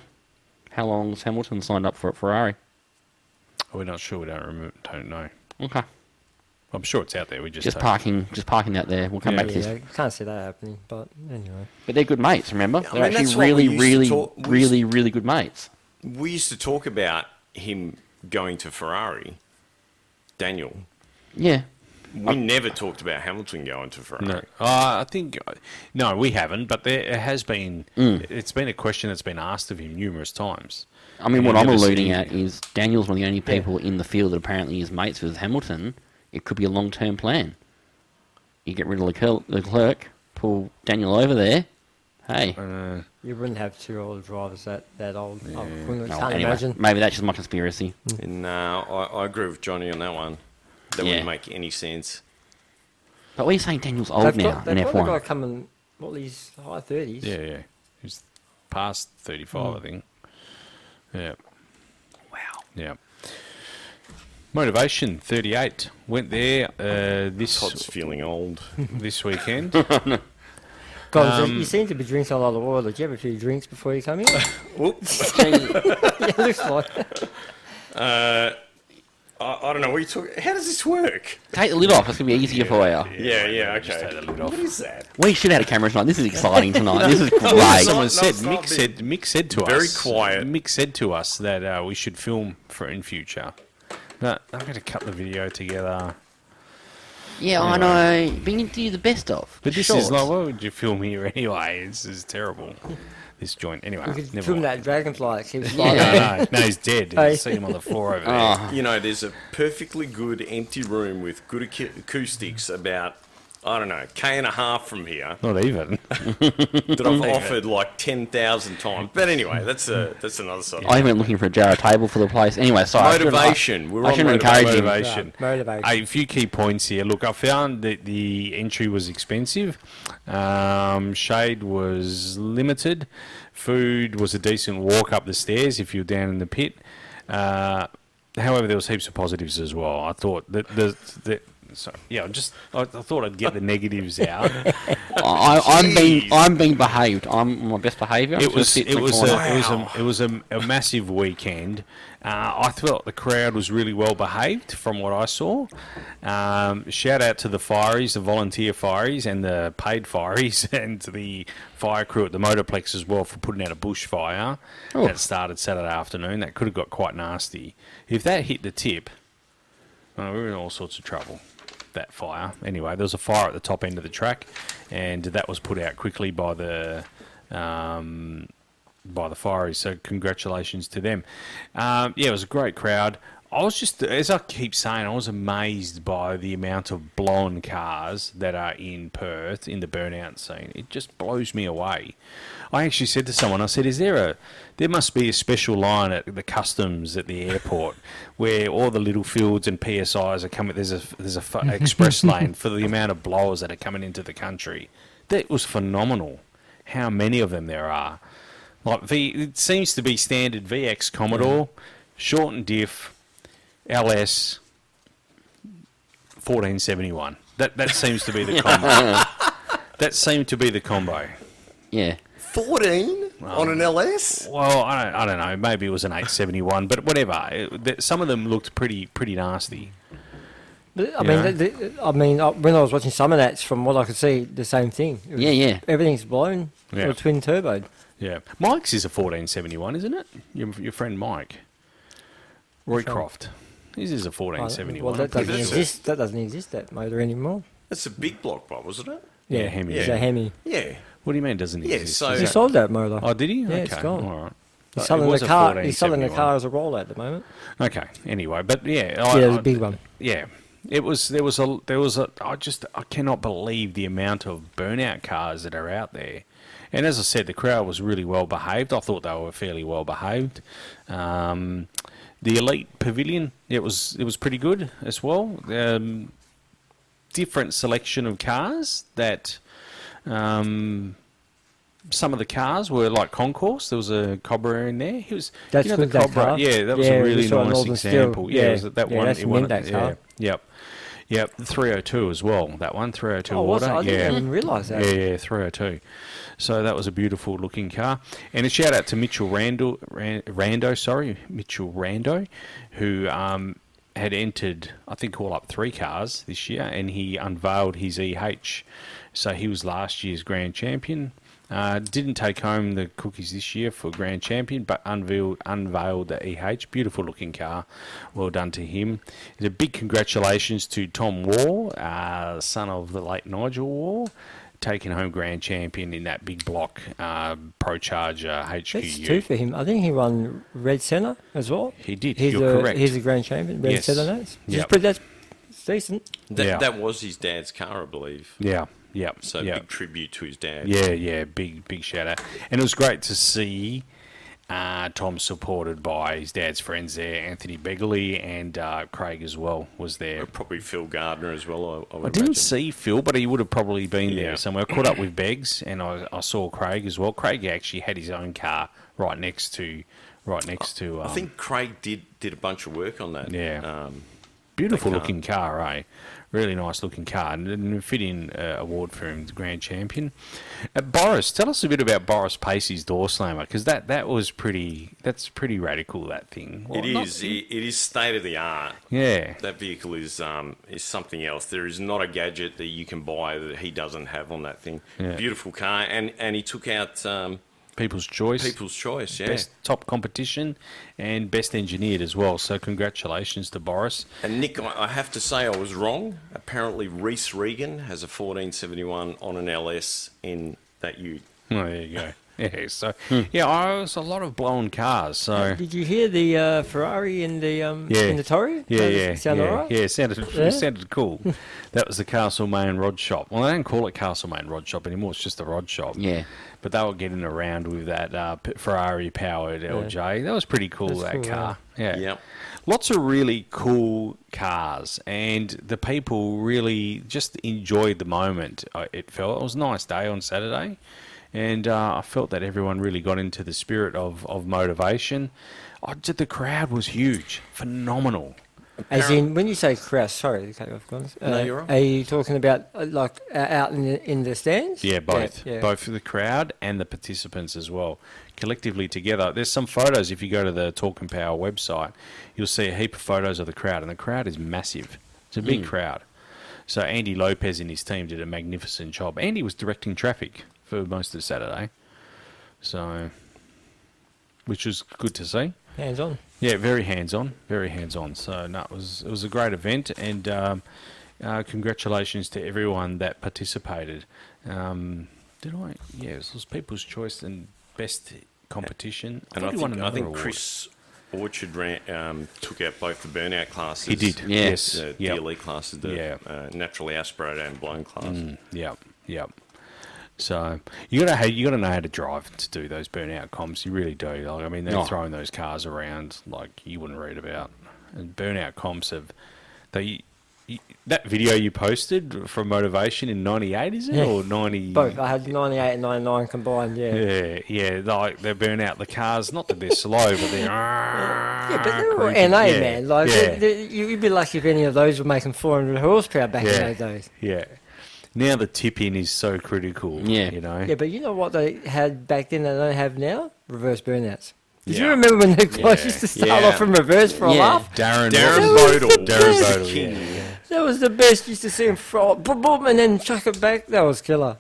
Speaker 4: How long's Hamilton signed up for at Ferrari?
Speaker 1: We're not sure. We don't remember. Don't know.
Speaker 4: Okay.
Speaker 1: I'm sure it's out there. We just,
Speaker 4: Just
Speaker 1: don't-
Speaker 4: parking, just parking out there. We'll come
Speaker 1: Yeah.
Speaker 4: back to this.
Speaker 5: Yeah, can't see that happening. But anyway,
Speaker 4: But they're good mates, remember?
Speaker 3: I
Speaker 4: They're
Speaker 3: mean, that's
Speaker 4: actually
Speaker 3: what we
Speaker 4: really,
Speaker 3: used to
Speaker 4: really,
Speaker 3: talk- we
Speaker 4: really, really good mates.
Speaker 3: We used to talk about him going to Ferrari, Daniel.
Speaker 4: Yeah.
Speaker 3: We never talked about Hamilton going to Ferrari.
Speaker 1: No, uh, I think no, we haven't. But there has been. It's been a question that's been asked of him numerous times.
Speaker 4: Mm. I mean,
Speaker 1: And
Speaker 4: what
Speaker 1: you
Speaker 4: I'm
Speaker 1: never
Speaker 4: alluding
Speaker 1: see-
Speaker 4: at is Daniel's one of the only people in the field that apparently is mates with Hamilton. It could be a long term plan. You get rid of Leclerc, Leclerc, pull Daniel over there. Hey.
Speaker 5: you wouldn't have two old drivers that that old. I
Speaker 4: No,
Speaker 5: couldn't- can't
Speaker 4: anyway,
Speaker 5: imagine.
Speaker 4: Maybe that's just my conspiracy.
Speaker 3: No, uh, I, I agree with Johnny on that one. That
Speaker 4: Yeah.
Speaker 3: wouldn't make any sense.
Speaker 4: But what are you saying Daniel's old
Speaker 5: They've,
Speaker 4: now
Speaker 5: got,
Speaker 4: in
Speaker 5: they've probably
Speaker 4: F1?
Speaker 5: got to come in. Well, he's high thirties.
Speaker 1: Yeah, yeah. He's past 35, I think. Yeah,
Speaker 4: Mm. Wow.
Speaker 1: yeah. Motivation 38 went there uh,
Speaker 3: Todd's
Speaker 1: this
Speaker 3: feeling old.
Speaker 1: this weekend.
Speaker 5: God,
Speaker 1: Um,
Speaker 5: you seem to be drinking a lot of oil. Did you have a few drinks before you come in? it looks like.
Speaker 3: I, I don't know what you're talking. How does this work?
Speaker 4: Take the lid off. It's going to be easier for you.
Speaker 3: Yeah, yeah,
Speaker 1: Just
Speaker 3: okay.
Speaker 1: take the lid off.
Speaker 3: What is that?
Speaker 4: We should have had a camera tonight. This is exciting tonight. This is
Speaker 1: Like
Speaker 4: great.
Speaker 1: someone
Speaker 3: no,
Speaker 1: said,
Speaker 3: it's not
Speaker 1: Mick
Speaker 3: been-
Speaker 1: said, Mick said to
Speaker 3: Very
Speaker 1: us,
Speaker 3: quiet.
Speaker 1: Mick said to us that uh, we should film for in future. No, I'm going to cut the video together.
Speaker 4: Yeah, I know. But you can do the best of.
Speaker 1: But this
Speaker 4: Shorts.
Speaker 1: is like, why would you film here anyway? This is terrible. This joint, anyway.
Speaker 5: We could
Speaker 1: never
Speaker 5: film
Speaker 1: mind.
Speaker 5: that dragonfly that keeps
Speaker 4: Yeah.
Speaker 5: flying.
Speaker 1: No, no, no, he's dead.
Speaker 5: Hey. Ah.
Speaker 1: I see him on the floor over there.
Speaker 3: You know, there's a perfectly good empty room with good ac- acoustics about, I don't know, K and a half from here
Speaker 1: Not even.
Speaker 3: that I've offered like 10,000 times. But anyway, that's a that's another side.
Speaker 4: I went looking for a jar of table for the place. Anyway, sorry. I shouldn't- I-
Speaker 3: Motivation. We're
Speaker 4: I
Speaker 3: on
Speaker 4: shouldn't
Speaker 3: motivation.
Speaker 4: encourage him.
Speaker 1: Motivation.
Speaker 5: Yeah, motivation.
Speaker 1: A few key points here. Look, I found that the entry was expensive. Um, shade was limited. Food was a decent walk up the stairs if you're down in the pit. Uh, however, there was heaps of positives as well. I thought that the. the so, yeah, I just I, I thought I'd get the negatives out.
Speaker 4: I, I'm being
Speaker 3: Jeez.
Speaker 4: I'm being behaved. I'm on my best behaviour.
Speaker 1: it was
Speaker 4: Just sit in
Speaker 1: it
Speaker 4: the
Speaker 1: was
Speaker 4: corner.
Speaker 1: a, it was a it was a, a massive weekend. Uh, I thought the crowd was really well behaved from what I saw. Um, shout out to the fireys, the volunteer fireys, and the paid fireys, and to the fire crew at the Motorplex as well for putting out a bushfire
Speaker 4: Oh.
Speaker 1: that started Saturday afternoon. That could have got quite nasty if that hit the tip. Uh, we were in all sorts of trouble. That fire. Anyway, there was a fire at the top end of the track, and that was put out quickly by the um, by the fireys. So congratulations to them. Um, yeah, it was a great crowd. I was just, as I keep saying, I was amazed by the amount of blown cars that are in Perth in the burnout scene. It just blows me away. I actually said to someone, I said, "Is there a? There must be a special line at the customs at the airport where all the little fields and PSIs are coming. There's a there's a f- express lane for the amount of blowers that are coming into the country. That was phenomenal. How many of them there are? Like V, it seems to be standard VX Commodore, short and diff, LS, fourteen seventy one. That that seems to be the combo. that seemed to be the combo.
Speaker 4: yeah.
Speaker 3: 14? on an LS?
Speaker 1: Well, I don't, I don't know. Maybe it was an 871, but whatever. It, th some of them looked pretty pretty nasty.
Speaker 5: I
Speaker 1: Yeah.
Speaker 5: mean, the, the, I mean, uh, when I was watching some of that, from what I could see, the same thing. It was-
Speaker 4: Yeah, yeah.
Speaker 5: Everything's blown
Speaker 1: Yeah.
Speaker 5: or twin turboed.
Speaker 1: Yeah, Mike's is a 1471, isn't it? Your, your friend Mike, Roy Croft. His is a
Speaker 5: I-
Speaker 1: 1471.
Speaker 5: Well, that
Speaker 1: I'm pretty
Speaker 5: doesn't
Speaker 3: sure.
Speaker 5: exist. That doesn't exist. That motor anymore.
Speaker 3: That's a big block block, wasn't it?
Speaker 1: Yeah, Hemi.
Speaker 5: It's
Speaker 1: Yeah.
Speaker 5: a Hemi.
Speaker 3: Yeah.
Speaker 1: What do you mean doesn't
Speaker 3: Yeah,
Speaker 1: exist?
Speaker 3: so-
Speaker 1: Is
Speaker 5: He
Speaker 1: it-
Speaker 5: sold that motor.
Speaker 1: oh, did he?
Speaker 5: Yeah,
Speaker 1: okay.
Speaker 5: it's gone.
Speaker 1: All right.
Speaker 5: He's
Speaker 1: Uh, it
Speaker 5: selling
Speaker 1: was
Speaker 5: the
Speaker 1: a
Speaker 5: car. He's selling the
Speaker 1: 1471.
Speaker 5: car as a roll at the moment.
Speaker 1: Okay. Anyway, but yeah,
Speaker 5: Yeah,
Speaker 1: I,
Speaker 5: it was
Speaker 1: I-
Speaker 5: a big one.
Speaker 1: Yeah, it was. There was a. There was a. I just. I cannot believe the amount of burnout cars that are out there. And as I said, the crowd was really well behaved. I thought they were fairly well behaved. Um, the elite pavilion, it was. It was pretty good as well. Um, different selection of cars that. Um, some of the cars were like concourse. There was a Cobra in there. He was
Speaker 5: That's
Speaker 1: you know,
Speaker 5: good,
Speaker 1: the
Speaker 5: that
Speaker 1: Cobra.
Speaker 5: car.
Speaker 1: Yeah, that was
Speaker 5: Yeah,
Speaker 1: a
Speaker 5: we
Speaker 1: really
Speaker 5: saw
Speaker 1: nice
Speaker 5: Northern Steel.
Speaker 1: example. Yeah,
Speaker 5: Yeah.
Speaker 1: it was that
Speaker 5: Yeah,
Speaker 1: one.
Speaker 5: that's
Speaker 1: It won,
Speaker 5: Mindak's
Speaker 1: yeah,
Speaker 5: car.
Speaker 1: yep, yep. The 302 as well. That one, 302
Speaker 5: Oh, was
Speaker 1: water.
Speaker 5: it? I
Speaker 1: yeah,
Speaker 5: didn't even realise that.
Speaker 1: Yeah, yeah, 302. So that was a beautiful looking car. And a shout out to Mitchell Randall, Ran- Rando, sorry, Mitchell Rando, who um, had entered, I think, all up three cars this year, and he unveiled his EH. So he was last year's grand champion. Uh, didn't take home the cookies this year for grand champion, but unveiled unveiled the EH. Beautiful looking car. Well done to him. And a big congratulations to Tom Wall, uh, son of the late Nigel Wall taking home grand champion in that big block uh, pro charger HQU.
Speaker 5: That's two for him. I think he won Red Center as well.
Speaker 1: He did,
Speaker 5: He's
Speaker 1: you're
Speaker 5: a,
Speaker 1: correct.
Speaker 5: He's a grand champion. Red
Speaker 1: Yes.
Speaker 5: Center notes. Which is
Speaker 1: Yep.
Speaker 5: pretty- That's it's decent.
Speaker 3: That,
Speaker 1: Yeah.
Speaker 3: that was his dad's car, I believe.
Speaker 1: yeah, yeah,
Speaker 3: So
Speaker 1: yeah,
Speaker 3: big tribute to his dad.
Speaker 1: yeah, yeah, big big shout out, and it was great to see uh, Tom supported by his dad's friends there, Anthony Begley and uh, Craig as well was there.
Speaker 3: Probably Phil Gardner as well, I, I would
Speaker 1: I didn't
Speaker 3: imagine.
Speaker 1: see Phil, but he would have probably been
Speaker 3: Yeah.
Speaker 1: there somewhere. I caught up with Beggs, and I, I saw Craig as well. Craig actually had his own car right next to, right next to. Um,
Speaker 3: I think Craig did, did a bunch of work on that.
Speaker 1: Yeah.
Speaker 3: Um,
Speaker 1: Beautiful
Speaker 3: That car.
Speaker 1: looking car, eh? Really nice looking car, and and a fitting uh, award for him, the grand champion. Uh, Boris, tell us a bit about Boris Pacey's door slammer, because that that was pretty. That's pretty radical. That thing. Well,
Speaker 3: it is.
Speaker 1: not-
Speaker 3: it, it is state of the art.
Speaker 1: yeah.
Speaker 3: That vehicle is um, is something else. There is not a gadget that you can buy that he doesn't have on that thing.
Speaker 1: Yeah.
Speaker 3: Beautiful car, and and he took out um,
Speaker 1: People's choice.
Speaker 3: People's Choice. Yeah,
Speaker 1: Best top competition and best engineered as well. So congratulations to Boris.
Speaker 3: and Nick, I, I have to say I was wrong. Apparently, Reese Regan has a 1471 on an LS in that Ute.
Speaker 1: Oh, there you go. Yeah. So yeah, I was a lot of blown cars. So
Speaker 5: Did you hear the uh, Ferrari in the um,
Speaker 1: Oh, Yeah.
Speaker 5: in the Torre?
Speaker 1: Yeah,
Speaker 5: Does
Speaker 1: yeah,
Speaker 5: it Sound
Speaker 1: yeah,
Speaker 5: alright?
Speaker 1: yeah. It sounded,
Speaker 5: Yeah?
Speaker 1: It sounded cool. that was the Castlemaine Rod Shop. Well, they don't call it Castlemaine Rod Shop anymore. It's just the Rod Shop.
Speaker 4: Yeah.
Speaker 1: But they were getting around with that uh, Ferrari powered LJ. That was pretty cool.
Speaker 5: That's
Speaker 1: that
Speaker 5: cool,
Speaker 1: car. Yeah.
Speaker 3: Yep.
Speaker 1: Lots of really cool cars, and the people really just enjoyed the moment. I- It felt it was a nice day on Saturday, and uh, I felt that everyone really got into the spirit of of motivation. I did, the crowd was huge, phenomenal.
Speaker 5: As in, when you say crowd, sorry, okay, I've gone. Uh,
Speaker 3: No, you're all right.
Speaker 5: Are you talking about uh, like uh, out in the, in the stands?
Speaker 1: Yeah, both.
Speaker 5: yeah.
Speaker 1: Both for the crowd and the participants as well, collectively together. There's some photos. If you go to the Talk and Power website, you'll see a heap of photos of the crowd, and the crowd is massive. It's a big crowd. So Andy Lopez and his team did a magnificent job. Andy was directing traffic for most of Saturday, so which was good to see.
Speaker 5: Hands on.
Speaker 1: Yeah, very hands on, very hands on. So no, it was it was a great event, and um, uh, congratulations to everyone that participated. Um, did I? Yeah, it was People's Choice and Best Competition.
Speaker 3: And I
Speaker 1: he won
Speaker 3: think, I
Speaker 1: another
Speaker 3: think
Speaker 1: award.
Speaker 3: Chris Orchard ran, um, took out both the burnout classes.
Speaker 1: He did.
Speaker 4: Yes.
Speaker 1: Yes.
Speaker 3: The,
Speaker 1: Yep.
Speaker 3: the elite classes, the
Speaker 1: Yeah.
Speaker 3: uh, naturally aspirated and blown class.
Speaker 1: Yep, yep. So you gotta have, you gotta know how to drive to do those burnout comps. You really do. Like I mean, they're
Speaker 5: Oh.
Speaker 4: No.
Speaker 1: throwing those cars around like you wouldn't read about. And burnout comps have they. you- That video you posted from motivation in '98 is it
Speaker 5: Yeah.
Speaker 1: or '90?
Speaker 5: Both. I had 98 and 99 combined, yeah.
Speaker 1: Yeah, yeah. Like they burn out the cars. Not that they're slow, but they're
Speaker 5: Yeah,
Speaker 1: Ah, yeah,
Speaker 5: but they were all NA, man. Like, they- they- you- you'd be lucky if any of those were making 400 horsepower back in those days.
Speaker 1: Yeah. now the tip in is so critical.
Speaker 4: Yeah.
Speaker 1: you know.
Speaker 5: Yeah, but you know what they had back then they don't have now? Reverse burnouts. Did you
Speaker 3: Yeah.
Speaker 5: remember when the guys
Speaker 1: Yeah.
Speaker 5: used to start
Speaker 3: Yeah.
Speaker 5: off from reverse for a
Speaker 4: Yeah.
Speaker 5: laugh?
Speaker 1: Darren,
Speaker 3: Darren
Speaker 1: Watson.
Speaker 3: Bodle.
Speaker 1: Darren
Speaker 5: Yes.
Speaker 1: Bodle. Yeah.
Speaker 5: That was the best. Used to see him throw it, boom, boom, and then chuck it back. That was killer.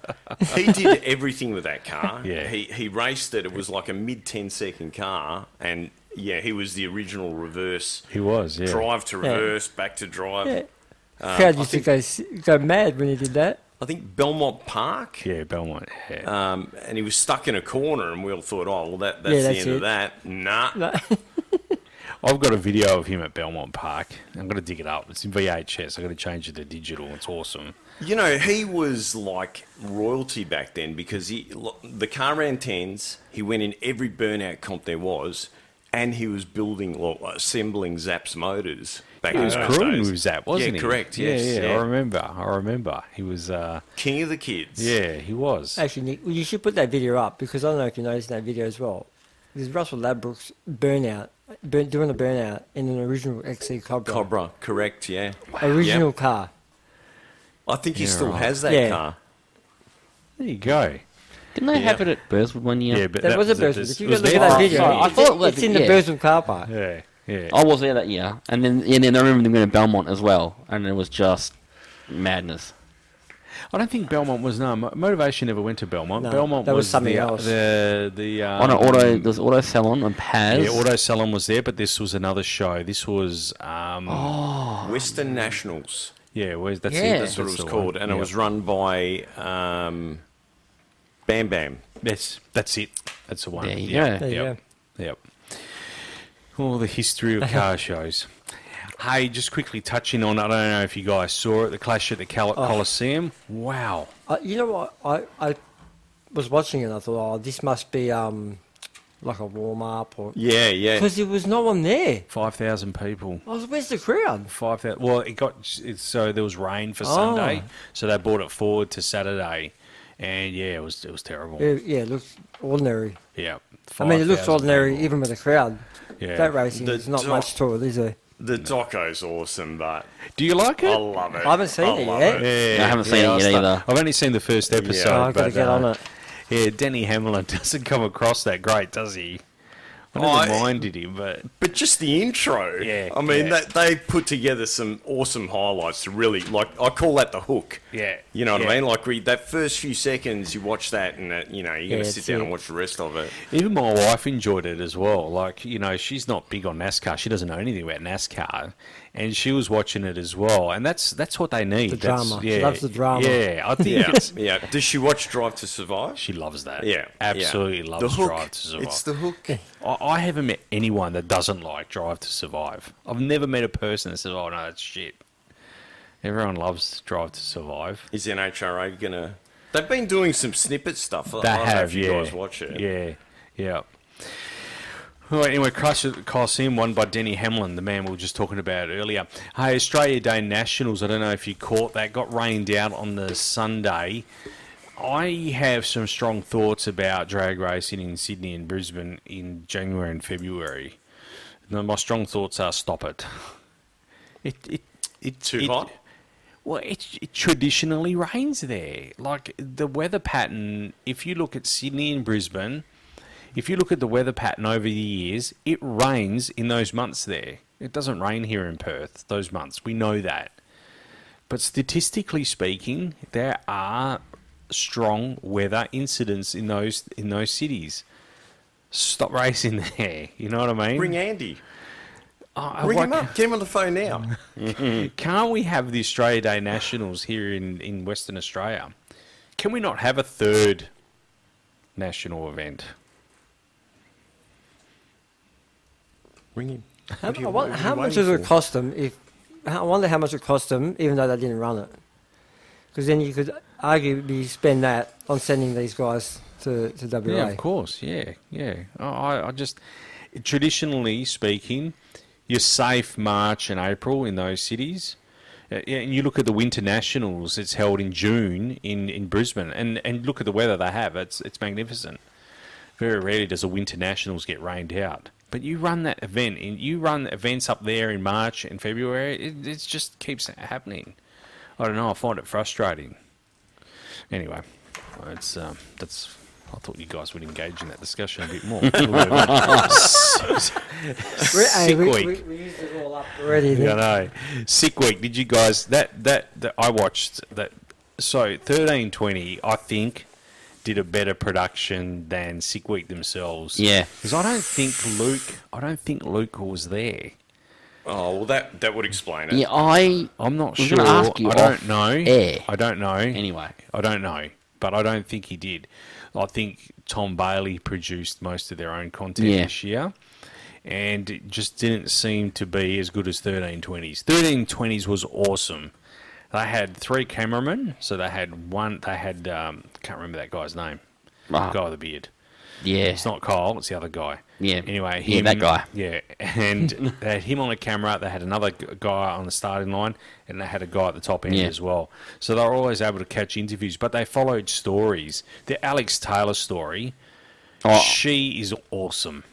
Speaker 3: he did everything with that car.
Speaker 1: Yeah.
Speaker 3: He he raced it. It was like a mid 10 second car, and yeah, he was the original reverse
Speaker 1: He was. Yeah.
Speaker 3: drive to reverse, back to drive.
Speaker 5: Yeah.
Speaker 3: Um,
Speaker 5: Crowd
Speaker 3: I,
Speaker 5: used
Speaker 3: think,
Speaker 5: to go s- go mad when he did that.
Speaker 3: I think Belmont Park.
Speaker 1: Yeah, Belmont. Yeah.
Speaker 3: Um, and he was stuck in a corner, and we all thought, oh, well, that, that's,
Speaker 5: Yeah,
Speaker 3: the
Speaker 5: that's
Speaker 3: end
Speaker 5: it.
Speaker 3: of that. Nah.
Speaker 5: No.
Speaker 1: I've got a video of him at Belmont Park. I'm gonna dig it up. It's in VHS. I'm gonna change it to digital. It's awesome.
Speaker 3: You know, he was like royalty back then because he lo- the car ran tens. He went in every burnout comp there was, and he was building, well, assembling Zapp's motors. Back
Speaker 1: He
Speaker 3: in
Speaker 1: was
Speaker 3: those
Speaker 1: crewing
Speaker 3: days.
Speaker 1: with Zap, wasn't
Speaker 3: Oh, yeah,
Speaker 1: he?
Speaker 3: Correct. Yes.
Speaker 1: Yeah,
Speaker 3: Yeah,
Speaker 1: yeah, I remember. I remember. He was. uh
Speaker 3: King of the kids.
Speaker 1: Yeah, he was.
Speaker 5: Actually, Nick, well, you should put that video up because I don't know if you noticed that video as well. There's Russell Ladbrook's burnout, burn, doing a burnout in an original XC Cobra,
Speaker 3: Cobra. Correct. Yeah.
Speaker 5: original
Speaker 3: Yep.
Speaker 5: car.
Speaker 3: I think he
Speaker 1: Yeah,
Speaker 3: still
Speaker 1: right.
Speaker 3: has that
Speaker 5: Yeah.
Speaker 3: car.
Speaker 1: There you go.
Speaker 4: Didn't they have
Speaker 3: Yeah.
Speaker 4: it at Burswood one year?
Speaker 1: Yeah, but
Speaker 5: That, was a
Speaker 1: it.
Speaker 5: Burswood. If you
Speaker 1: It
Speaker 5: go
Speaker 1: was
Speaker 5: look at
Speaker 1: there.
Speaker 5: that
Speaker 4: Oh,
Speaker 5: video,
Speaker 4: sorry, I
Speaker 5: it's,
Speaker 4: thought it was-
Speaker 5: it's in the
Speaker 4: yeah.
Speaker 5: Burswood car park.
Speaker 1: Yeah, yeah.
Speaker 3: Oh.
Speaker 4: I was there that year, and then and then I remember them going to Belmont as well, and it was just madness.
Speaker 1: I don't think Belmont was no Mo- motivation. Never went to Belmont.
Speaker 5: No,
Speaker 1: Belmont
Speaker 5: that was
Speaker 1: was
Speaker 5: something
Speaker 1: the,
Speaker 5: else.
Speaker 1: The the um,
Speaker 4: on an auto, there's auto salon on Paz.
Speaker 1: Yeah, Auto Salon was there, but this was another show. This was um,
Speaker 3: Western Nationals.
Speaker 1: yeah, where's that's
Speaker 4: Yeah.
Speaker 1: it.
Speaker 3: Oh. That's what it
Speaker 1: the
Speaker 3: was
Speaker 1: one.
Speaker 3: called, and
Speaker 1: Yeah.
Speaker 3: it was run by um, Bam Bam.
Speaker 1: That's that's it. That's the one.
Speaker 4: There you
Speaker 1: Yep,
Speaker 4: go.
Speaker 5: There you
Speaker 1: Yep. Yep. All the history of car shows. Hey, just quickly touching on. I don't know if you guys saw it. The clash at the Col-
Speaker 5: Oh.
Speaker 1: Coliseum. Wow.
Speaker 5: I, you know what? I, I was watching it and I thought, oh, this must be um, like a warm up or.
Speaker 3: Yeah, yeah.
Speaker 5: Because there was no one there.
Speaker 1: Five thousand people.
Speaker 5: I was, where's the crowd?
Speaker 1: Five thousand. Well, it got it's, so there was rain for
Speaker 5: Oh.
Speaker 1: Sunday, so they brought it forward to Saturday, and yeah, it was it was terrible.
Speaker 5: Yeah, yeah, it looks ordinary.
Speaker 1: Yeah,
Speaker 5: I mean, it looks
Speaker 1: 5,000
Speaker 5: ordinary
Speaker 1: people.
Speaker 5: even with a crowd.
Speaker 1: Yeah.
Speaker 5: That racing
Speaker 3: The
Speaker 5: is not
Speaker 3: top-
Speaker 5: much to it, is there?
Speaker 3: The Doco's awesome, but
Speaker 1: Do you like
Speaker 3: I
Speaker 1: it?
Speaker 3: love it.
Speaker 5: I haven't seen
Speaker 3: I
Speaker 5: it
Speaker 3: love
Speaker 5: yet.
Speaker 1: Yeah,
Speaker 4: I haven't seen it
Speaker 1: I'll
Speaker 4: yet
Speaker 1: start-
Speaker 4: either.
Speaker 1: I've only seen the first episode.
Speaker 5: Oh, I've got to
Speaker 1: but,
Speaker 5: get
Speaker 1: uh,
Speaker 5: on it.
Speaker 1: Yeah, Denny Hamlin doesn't come across that great, does he? I
Speaker 3: Oh,
Speaker 1: never
Speaker 3: I-
Speaker 1: minded him, but
Speaker 3: But just the intro.
Speaker 1: Yeah,
Speaker 3: I mean,
Speaker 1: yeah.
Speaker 3: that they put together some awesome highlights to really, like, I call that the hook.
Speaker 1: Yeah,
Speaker 3: You know what
Speaker 1: yeah.
Speaker 3: I mean? Like, we, that first few seconds, you watch that, and, that, you know, you're going
Speaker 5: Yeah,
Speaker 3: to
Speaker 5: that's
Speaker 3: sit down
Speaker 5: it.
Speaker 3: and watch the rest of it.
Speaker 1: even my wife enjoyed it as well. Like you know, she's not big on NASCAR. She doesn't know anything about NASCAR, and she was watching it as well. And that's that's what they need.
Speaker 5: The
Speaker 1: That's-
Speaker 5: drama. She
Speaker 1: Yeah,
Speaker 5: loves the drama.
Speaker 1: Yeah, I think
Speaker 3: Yeah.
Speaker 1: it's.
Speaker 3: yeah. Does she watch Drive to Survive?
Speaker 1: She loves that.
Speaker 3: Yeah.
Speaker 1: absolutely
Speaker 3: yeah.
Speaker 1: loves
Speaker 3: the hook.
Speaker 1: Drive to Survive.
Speaker 3: It's the hook.
Speaker 1: I, I haven't met anyone that doesn't like Drive to Survive. I've never met a person that says, "Oh no, that's shit." Everyone loves Drive to Survive.
Speaker 3: Is NHRA going to. They've been doing some snippet stuff. I
Speaker 1: They
Speaker 3: don't know
Speaker 1: have,
Speaker 3: if you
Speaker 1: yeah,
Speaker 3: guys watch it.
Speaker 1: yeah, yeah. All right, anyway, Crush at the Coliseum won by Denny Hamlin, the man we were just talking about earlier. Hey, Australia Day Nationals, I don't know if you caught that, got rained out on the Sunday. I have some strong thoughts about drag racing in Sydney and Brisbane in January and February. No, my strong thoughts are stop it. It it it
Speaker 3: Too
Speaker 1: it-
Speaker 3: hot?
Speaker 1: Well, it, it traditionally rains there. Like the weather pattern, if you look at Sydney and Brisbane, if you look at the weather pattern over the years, it rains in those months there. It doesn't rain here in Perth those months. We know that. But statistically speaking, there are strong weather incidents in those in those cities. Stop racing there. You know what I mean?
Speaker 3: Ring Andy.
Speaker 1: I- I
Speaker 3: Ring him
Speaker 1: like-
Speaker 3: up. Get him on the phone now.
Speaker 1: Can't we have the Australia Day Nationals here in, in Western Australia? Can we not have a third national event?
Speaker 3: Ring him.
Speaker 5: How,
Speaker 3: do you-
Speaker 5: I
Speaker 3: what
Speaker 5: wonder-
Speaker 3: are you
Speaker 5: how
Speaker 3: waiting
Speaker 5: much does it
Speaker 3: for?
Speaker 5: cost them? If I wonder how much it cost them, even though they didn't run it, because then you could arguably spend that on sending these guys to to WA.
Speaker 1: Yeah, of course. Yeah, yeah. I- I, I just traditionally speaking, you're safe March and April in those cities. Uh, yeah, And you look at the Winter Nationals; it's held in June in, in Brisbane, and, and look at the weather they have. It's it's magnificent. Very rarely does a Winter Nationals get rained out. But you run that event, and you run events up there in March and February. It, it just keeps happening. I don't know. I find it frustrating. Anyway, it's um, that's. I thought you guys would engage in that discussion a bit more. Sick
Speaker 5: We- hey, we,
Speaker 1: week.
Speaker 5: we- we used it all up already.
Speaker 1: Yeah, I
Speaker 5: didn't-
Speaker 1: know. Sick week. Did you guys that that, that I watched that? So thirteen twenty, I think, did a better production than Sick Week themselves.
Speaker 4: Yeah.
Speaker 1: because I don't think Luke. I don't think Luke was there.
Speaker 3: Oh well, that that would explain it.
Speaker 4: Yeah, I.
Speaker 1: I'm not
Speaker 4: was
Speaker 1: sure.
Speaker 4: gonna ask you
Speaker 1: I don't
Speaker 4: off
Speaker 1: know.
Speaker 4: air.
Speaker 1: I don't know.
Speaker 4: Anyway.
Speaker 1: I don't know, but I don't think he did. I think Tom Bailey produced most of their own content
Speaker 4: Yeah.
Speaker 1: this year, and it just didn't seem to be as good as 1320s. 1320s was awesome. They had three cameramen, so they had one. They had um, can't remember that guy's name.
Speaker 4: Ah.
Speaker 1: Guy with the beard.
Speaker 4: Yeah.
Speaker 1: It's not Kyle. It's the other guy.
Speaker 4: Yeah.
Speaker 1: Anyway,
Speaker 4: Yeah, that guy.
Speaker 1: Yeah, and they had him on a camera. They had another g- guy on the starting line, and they had a guy at the top end
Speaker 4: Yeah.
Speaker 1: as well. So they were always able to catch interviews, but they followed stories. The Alex Taylor story.
Speaker 4: Oh,
Speaker 1: She is awesome.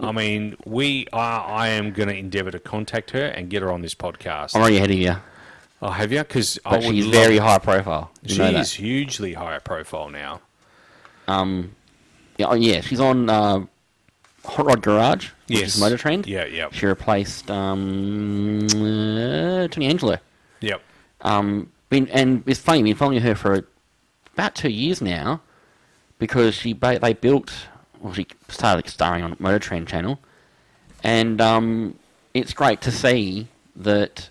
Speaker 1: I mean, we are. I am going to endeavour to contact her and get her on this podcast.
Speaker 4: I'm already ahead of you.
Speaker 1: Oh, have you? Because I
Speaker 4: But
Speaker 1: would
Speaker 4: she's
Speaker 1: love-
Speaker 4: very high profile. You
Speaker 1: She
Speaker 4: know
Speaker 1: is
Speaker 4: that.
Speaker 1: hugely high profile now.
Speaker 4: Yeah, oh, yeah, she's on uh, Hot Rod Garage, which
Speaker 1: Yes.
Speaker 4: is Motor Trend.
Speaker 1: Yeah, yeah.
Speaker 4: She replaced um, uh, Tony Angelo.
Speaker 1: Yep.
Speaker 4: Um, been, and it's funny, been following her for about two years now because she ba- they built, well, she started starring on Motor Trend channel, and um, it's great to see that.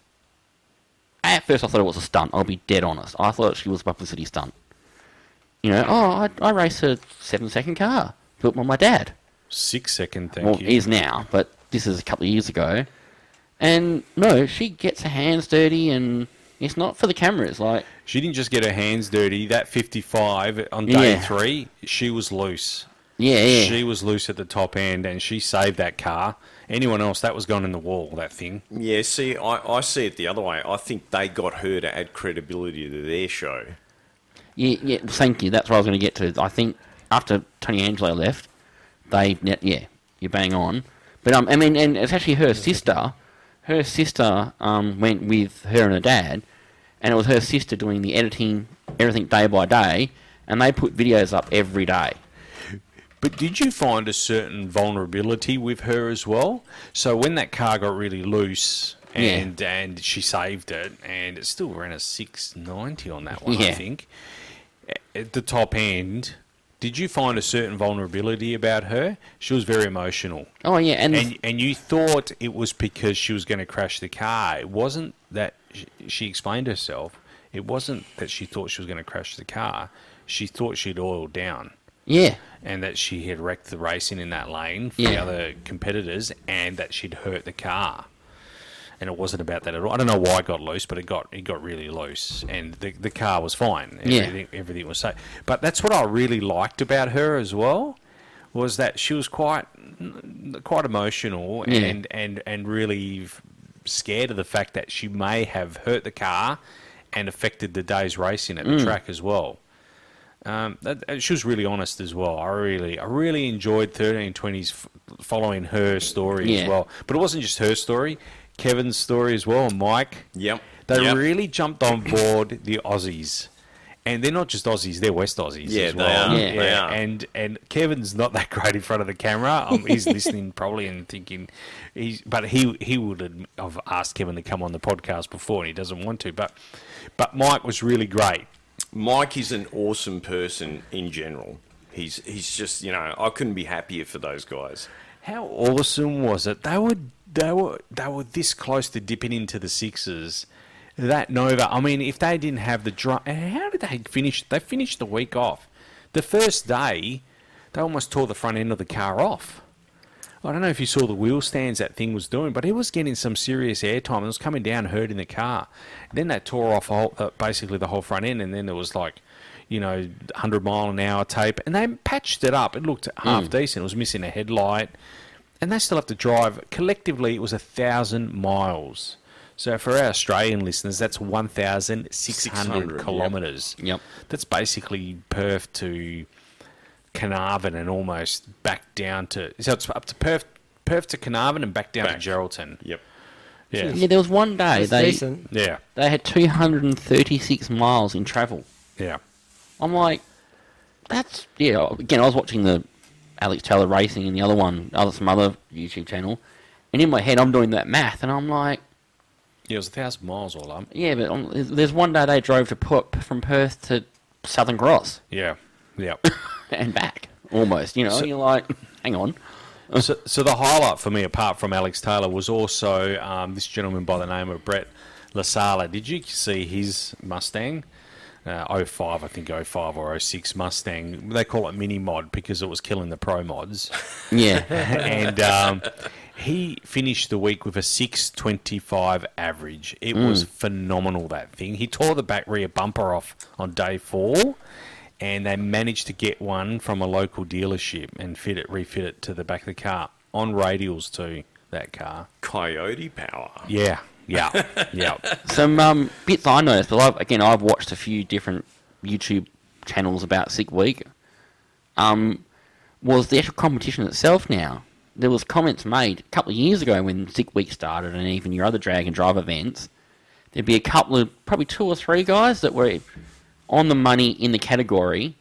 Speaker 4: At first, I thought it was a stunt. I'll be dead honest. I thought she was a publicity stunt. You know, oh, I, I race a seven-second car built by my dad
Speaker 1: Six second. Thank
Speaker 4: well,
Speaker 1: you.
Speaker 4: is now, but this is a couple of years ago. And no, she gets her hands dirty, and it's not for the cameras. Like,
Speaker 1: She didn't just get her hands dirty. That 55 on day
Speaker 4: Yeah.
Speaker 1: three, she was loose.
Speaker 4: yeah, yeah,
Speaker 1: She was loose at the top end and she saved that car. Anyone else, that was gone in the wall, that thing.
Speaker 3: Yeah, see, I, I see it the other way. I think they got her to add credibility to their show.
Speaker 4: yeah, yeah. Thank you. That's what I was going to get to. I think after Tony Angelo left, they yeah, yeah, you bang on. But um, I mean, and it's actually her sister. Her sister um went with her and her dad, and it was her sister doing the editing, everything day by day, and they put videos up every day.
Speaker 1: But did you find a certain vulnerability with her as well? So when that car got really loose and and she saved it and it still ran a 690 on that one, I
Speaker 4: Yeah.
Speaker 1: think. At the top end, did you find a certain vulnerability about her? She was very emotional.
Speaker 4: Oh yeah, and,
Speaker 1: and and you thought it was because she was going to crash the car. It wasn't that she, she explained herself. It wasn't that she thought she was going to crash the car. She thought she'd oiled down
Speaker 4: yeah.
Speaker 1: and that she had wrecked the racing in that lane for the
Speaker 4: Yeah.
Speaker 1: other competitors and that she'd hurt the car. And it wasn't about that at all. I don't know why it got loose, but it got it got really loose, and the, the car was fine.
Speaker 4: Yeah.
Speaker 1: Everything, everything was safe. But that's what I really liked about her as well, was that she was quite quite emotional
Speaker 4: Yeah.
Speaker 1: and, and and really f- scared of the fact that she may have hurt the car and affected the day's racing at the
Speaker 4: Mm.
Speaker 1: track as well. Um, that, uh, she was really honest as well. I really, I really enjoyed 1320s f- following her story as
Speaker 4: Yeah.
Speaker 1: well. But it wasn't just her story; Kevin's story as well, and Mike.
Speaker 3: Yep.
Speaker 1: They
Speaker 3: Yep.
Speaker 1: really jumped on board the Aussies, and they're not just Aussies; they're West Aussies
Speaker 3: Yeah,
Speaker 1: as
Speaker 3: they
Speaker 1: well.
Speaker 3: are.
Speaker 4: Yeah.
Speaker 3: They are.
Speaker 1: And and Kevin's not that great in front of the camera. Um, he's listening probably and thinking, he's, but he he would adm- have asked Kevin to come on the podcast before, and he doesn't want to. But but Mike was really great.
Speaker 3: Mike is an awesome person in general. He's he's just you know I couldn't be happier for those guys.
Speaker 1: How awesome was it? They were they were they were this close to dipping into the sixes. That Nova, I mean, if they didn't have the drum, how did they finish? They finished the week off. The first day, they almost tore the front end of the car off. I don't know if you saw the wheel stands that thing was doing, but it was getting some serious airtime. It was coming down, hurting the car. Then they tore off all, uh, basically the whole front end, and then there was like, you know, 100 mile an hour tape, and they patched it up. It looked half decent. It was missing a headlight, and they still have to drive. Collectively, it was a thousand miles. So for our Australian listeners, that's 1,600
Speaker 3: 600, yep.
Speaker 1: kilometres.
Speaker 4: Yep.
Speaker 1: That's basically Perth to Carnarvon and almost back down to so it's up to Perth, Perth to Carnarvon and back down
Speaker 3: Back.
Speaker 1: to Geraldton.
Speaker 3: Yep.
Speaker 1: Yeah,
Speaker 4: Yeah, there was one day
Speaker 5: It's
Speaker 4: they
Speaker 5: decent.
Speaker 1: yeah,
Speaker 4: they had 236 miles in travel.
Speaker 1: yeah.
Speaker 4: I'm like, that's yeah. Again, I was watching the Alex Taylor Racing and the other one, other some other YouTube channel, and in my head I'm doing that math, and I'm like,
Speaker 1: Yeah, it was a thousand miles all up.
Speaker 4: yeah, but on, there's one day they drove to put from Perth to Southern Cross
Speaker 1: Yeah, yeah.
Speaker 4: and back almost, you know. and you're like, hang on,
Speaker 1: so, so the highlight for me, apart from Alex Taylor, was also um, this gentleman by the name of Brett Lasala. Did you see his Mustang? Uh, 05, I think 05 or 06 Mustang. They call it mini mod because it was killing the pro mods.
Speaker 4: yeah,
Speaker 1: and um, he finished the week with a 625 average. It was phenomenal, that thing. He tore the back rear bumper off on day four, and they managed to get one from a local dealership and fit it, refit it to the back of the car on radials to that car.
Speaker 3: Coyote power.
Speaker 1: Yeah, yeah, yeah.
Speaker 4: some um, bits I noticed, but I've, again, I've watched a few different YouTube channels about Sick Week. Um, was the actual competition itself now? There was comments made a couple of years ago when Sick Week started, and even your other drag and drive events. There'd be a couple of probably two or three guys that were on the money in the category,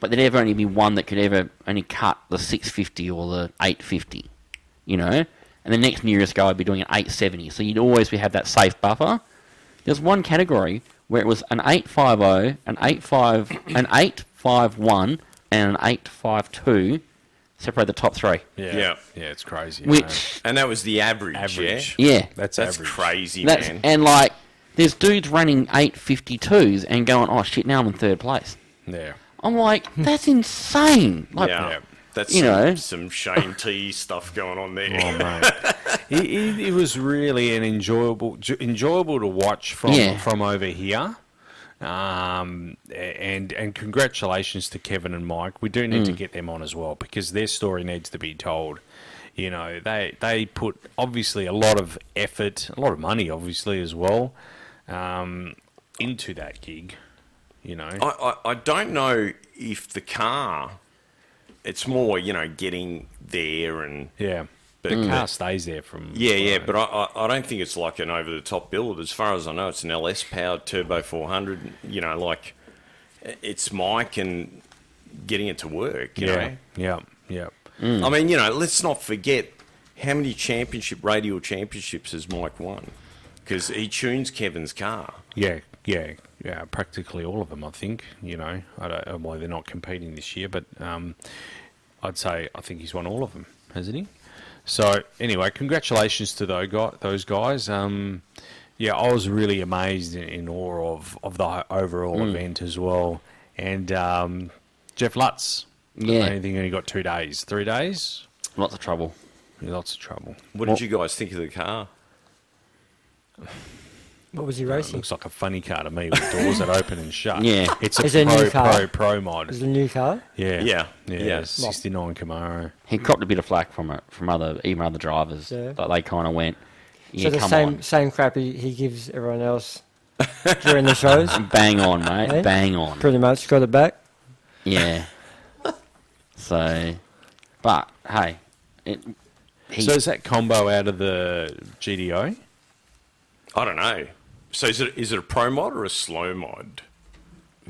Speaker 4: but there'd ever only be one that could ever only cut the six fifty or the eight fifty you know, and the next nearest guy would be doing an 870. So you'd always be- have that safe buffer. There's one category where it was an 850, an 85, an 851, and an 852 separate the top three.
Speaker 1: Yeah, yeah,
Speaker 3: Yeah.
Speaker 1: it's crazy. man.
Speaker 4: Which,
Speaker 3: And that was the average.
Speaker 1: average.
Speaker 3: Yeah?
Speaker 4: yeah,
Speaker 1: That's,
Speaker 3: That's
Speaker 1: average.
Speaker 3: crazy,
Speaker 4: that's
Speaker 3: man.
Speaker 4: and like there's dudes running 852s and going, oh shit, now I'm in third place.
Speaker 1: Yeah.
Speaker 4: I'm like, that's insane. Like,
Speaker 3: yeah.
Speaker 1: Yeah.
Speaker 3: That's
Speaker 4: You
Speaker 3: some,
Speaker 4: know.
Speaker 3: some Shane T stuff going on there.
Speaker 1: Oh mate, it, it, it was really an enjoyable j- enjoyable to watch from
Speaker 4: Yeah.
Speaker 1: from over here. Um, a- and and congratulations to Kevin and Mike. We do need to get them on as well because their story needs to be told. You know, they they put obviously a lot of effort, a lot of money, obviously as well, um, into that gig. You know,
Speaker 3: I, I, I don't know if the car, it's more, you know, getting there and.
Speaker 1: yeah. But
Speaker 3: But-
Speaker 4: Mm.
Speaker 1: the car stays there from
Speaker 3: Yeah, yeah, but I, I, I don't think it's like an over the top build. As far as I know, it's an LS powered turbo 400. You know, like it's Mike and getting it to work. You
Speaker 1: yeah, yeah, yeah,
Speaker 3: know, I mean, you know, let's not forget how many championship radial championships has Mike won because he tunes Kevin's car.
Speaker 1: Yeah, yeah, yeah. Practically all of them, I think. You know, I don't know why they're not competing this year, but um, I'd say I think he's won all of them, hasn't he? So anyway, congratulations to those guy- those guys. Um, yeah, I was really amazed and in awe of of the overall event as well. And um, Jeff Lutz,
Speaker 4: Yeah.
Speaker 1: I think he only got two days, three days.
Speaker 4: lots of trouble.
Speaker 1: Yeah, lots of trouble.
Speaker 3: What
Speaker 4: Well-
Speaker 3: did you guys think of the car?
Speaker 5: What was he racing?
Speaker 1: Looks like a funny car to me with doors that open and shut.
Speaker 4: Yeah.
Speaker 1: it's a
Speaker 5: Is
Speaker 1: pro,
Speaker 5: it a new car?
Speaker 1: pro pro mod.
Speaker 5: Is it a new car?
Speaker 1: Yeah.
Speaker 3: Yeah.
Speaker 1: Yeah.
Speaker 3: Yeah.
Speaker 1: 69 Camaro.
Speaker 4: He copped a bit of flack from it from other even other drivers.
Speaker 5: Yeah.
Speaker 4: Like they kind of went, yeah,
Speaker 5: so the
Speaker 4: come
Speaker 5: same
Speaker 4: on.
Speaker 5: same crap he, he gives everyone else during the shows.
Speaker 4: Bang on, mate.
Speaker 5: Eh?
Speaker 4: Bang on.
Speaker 5: Pretty much got it back.
Speaker 4: Yeah. so, but hey, it, he,
Speaker 1: So is that combo out of the GDO?
Speaker 3: I don't know. So is it is it a pro mod or a slow mod?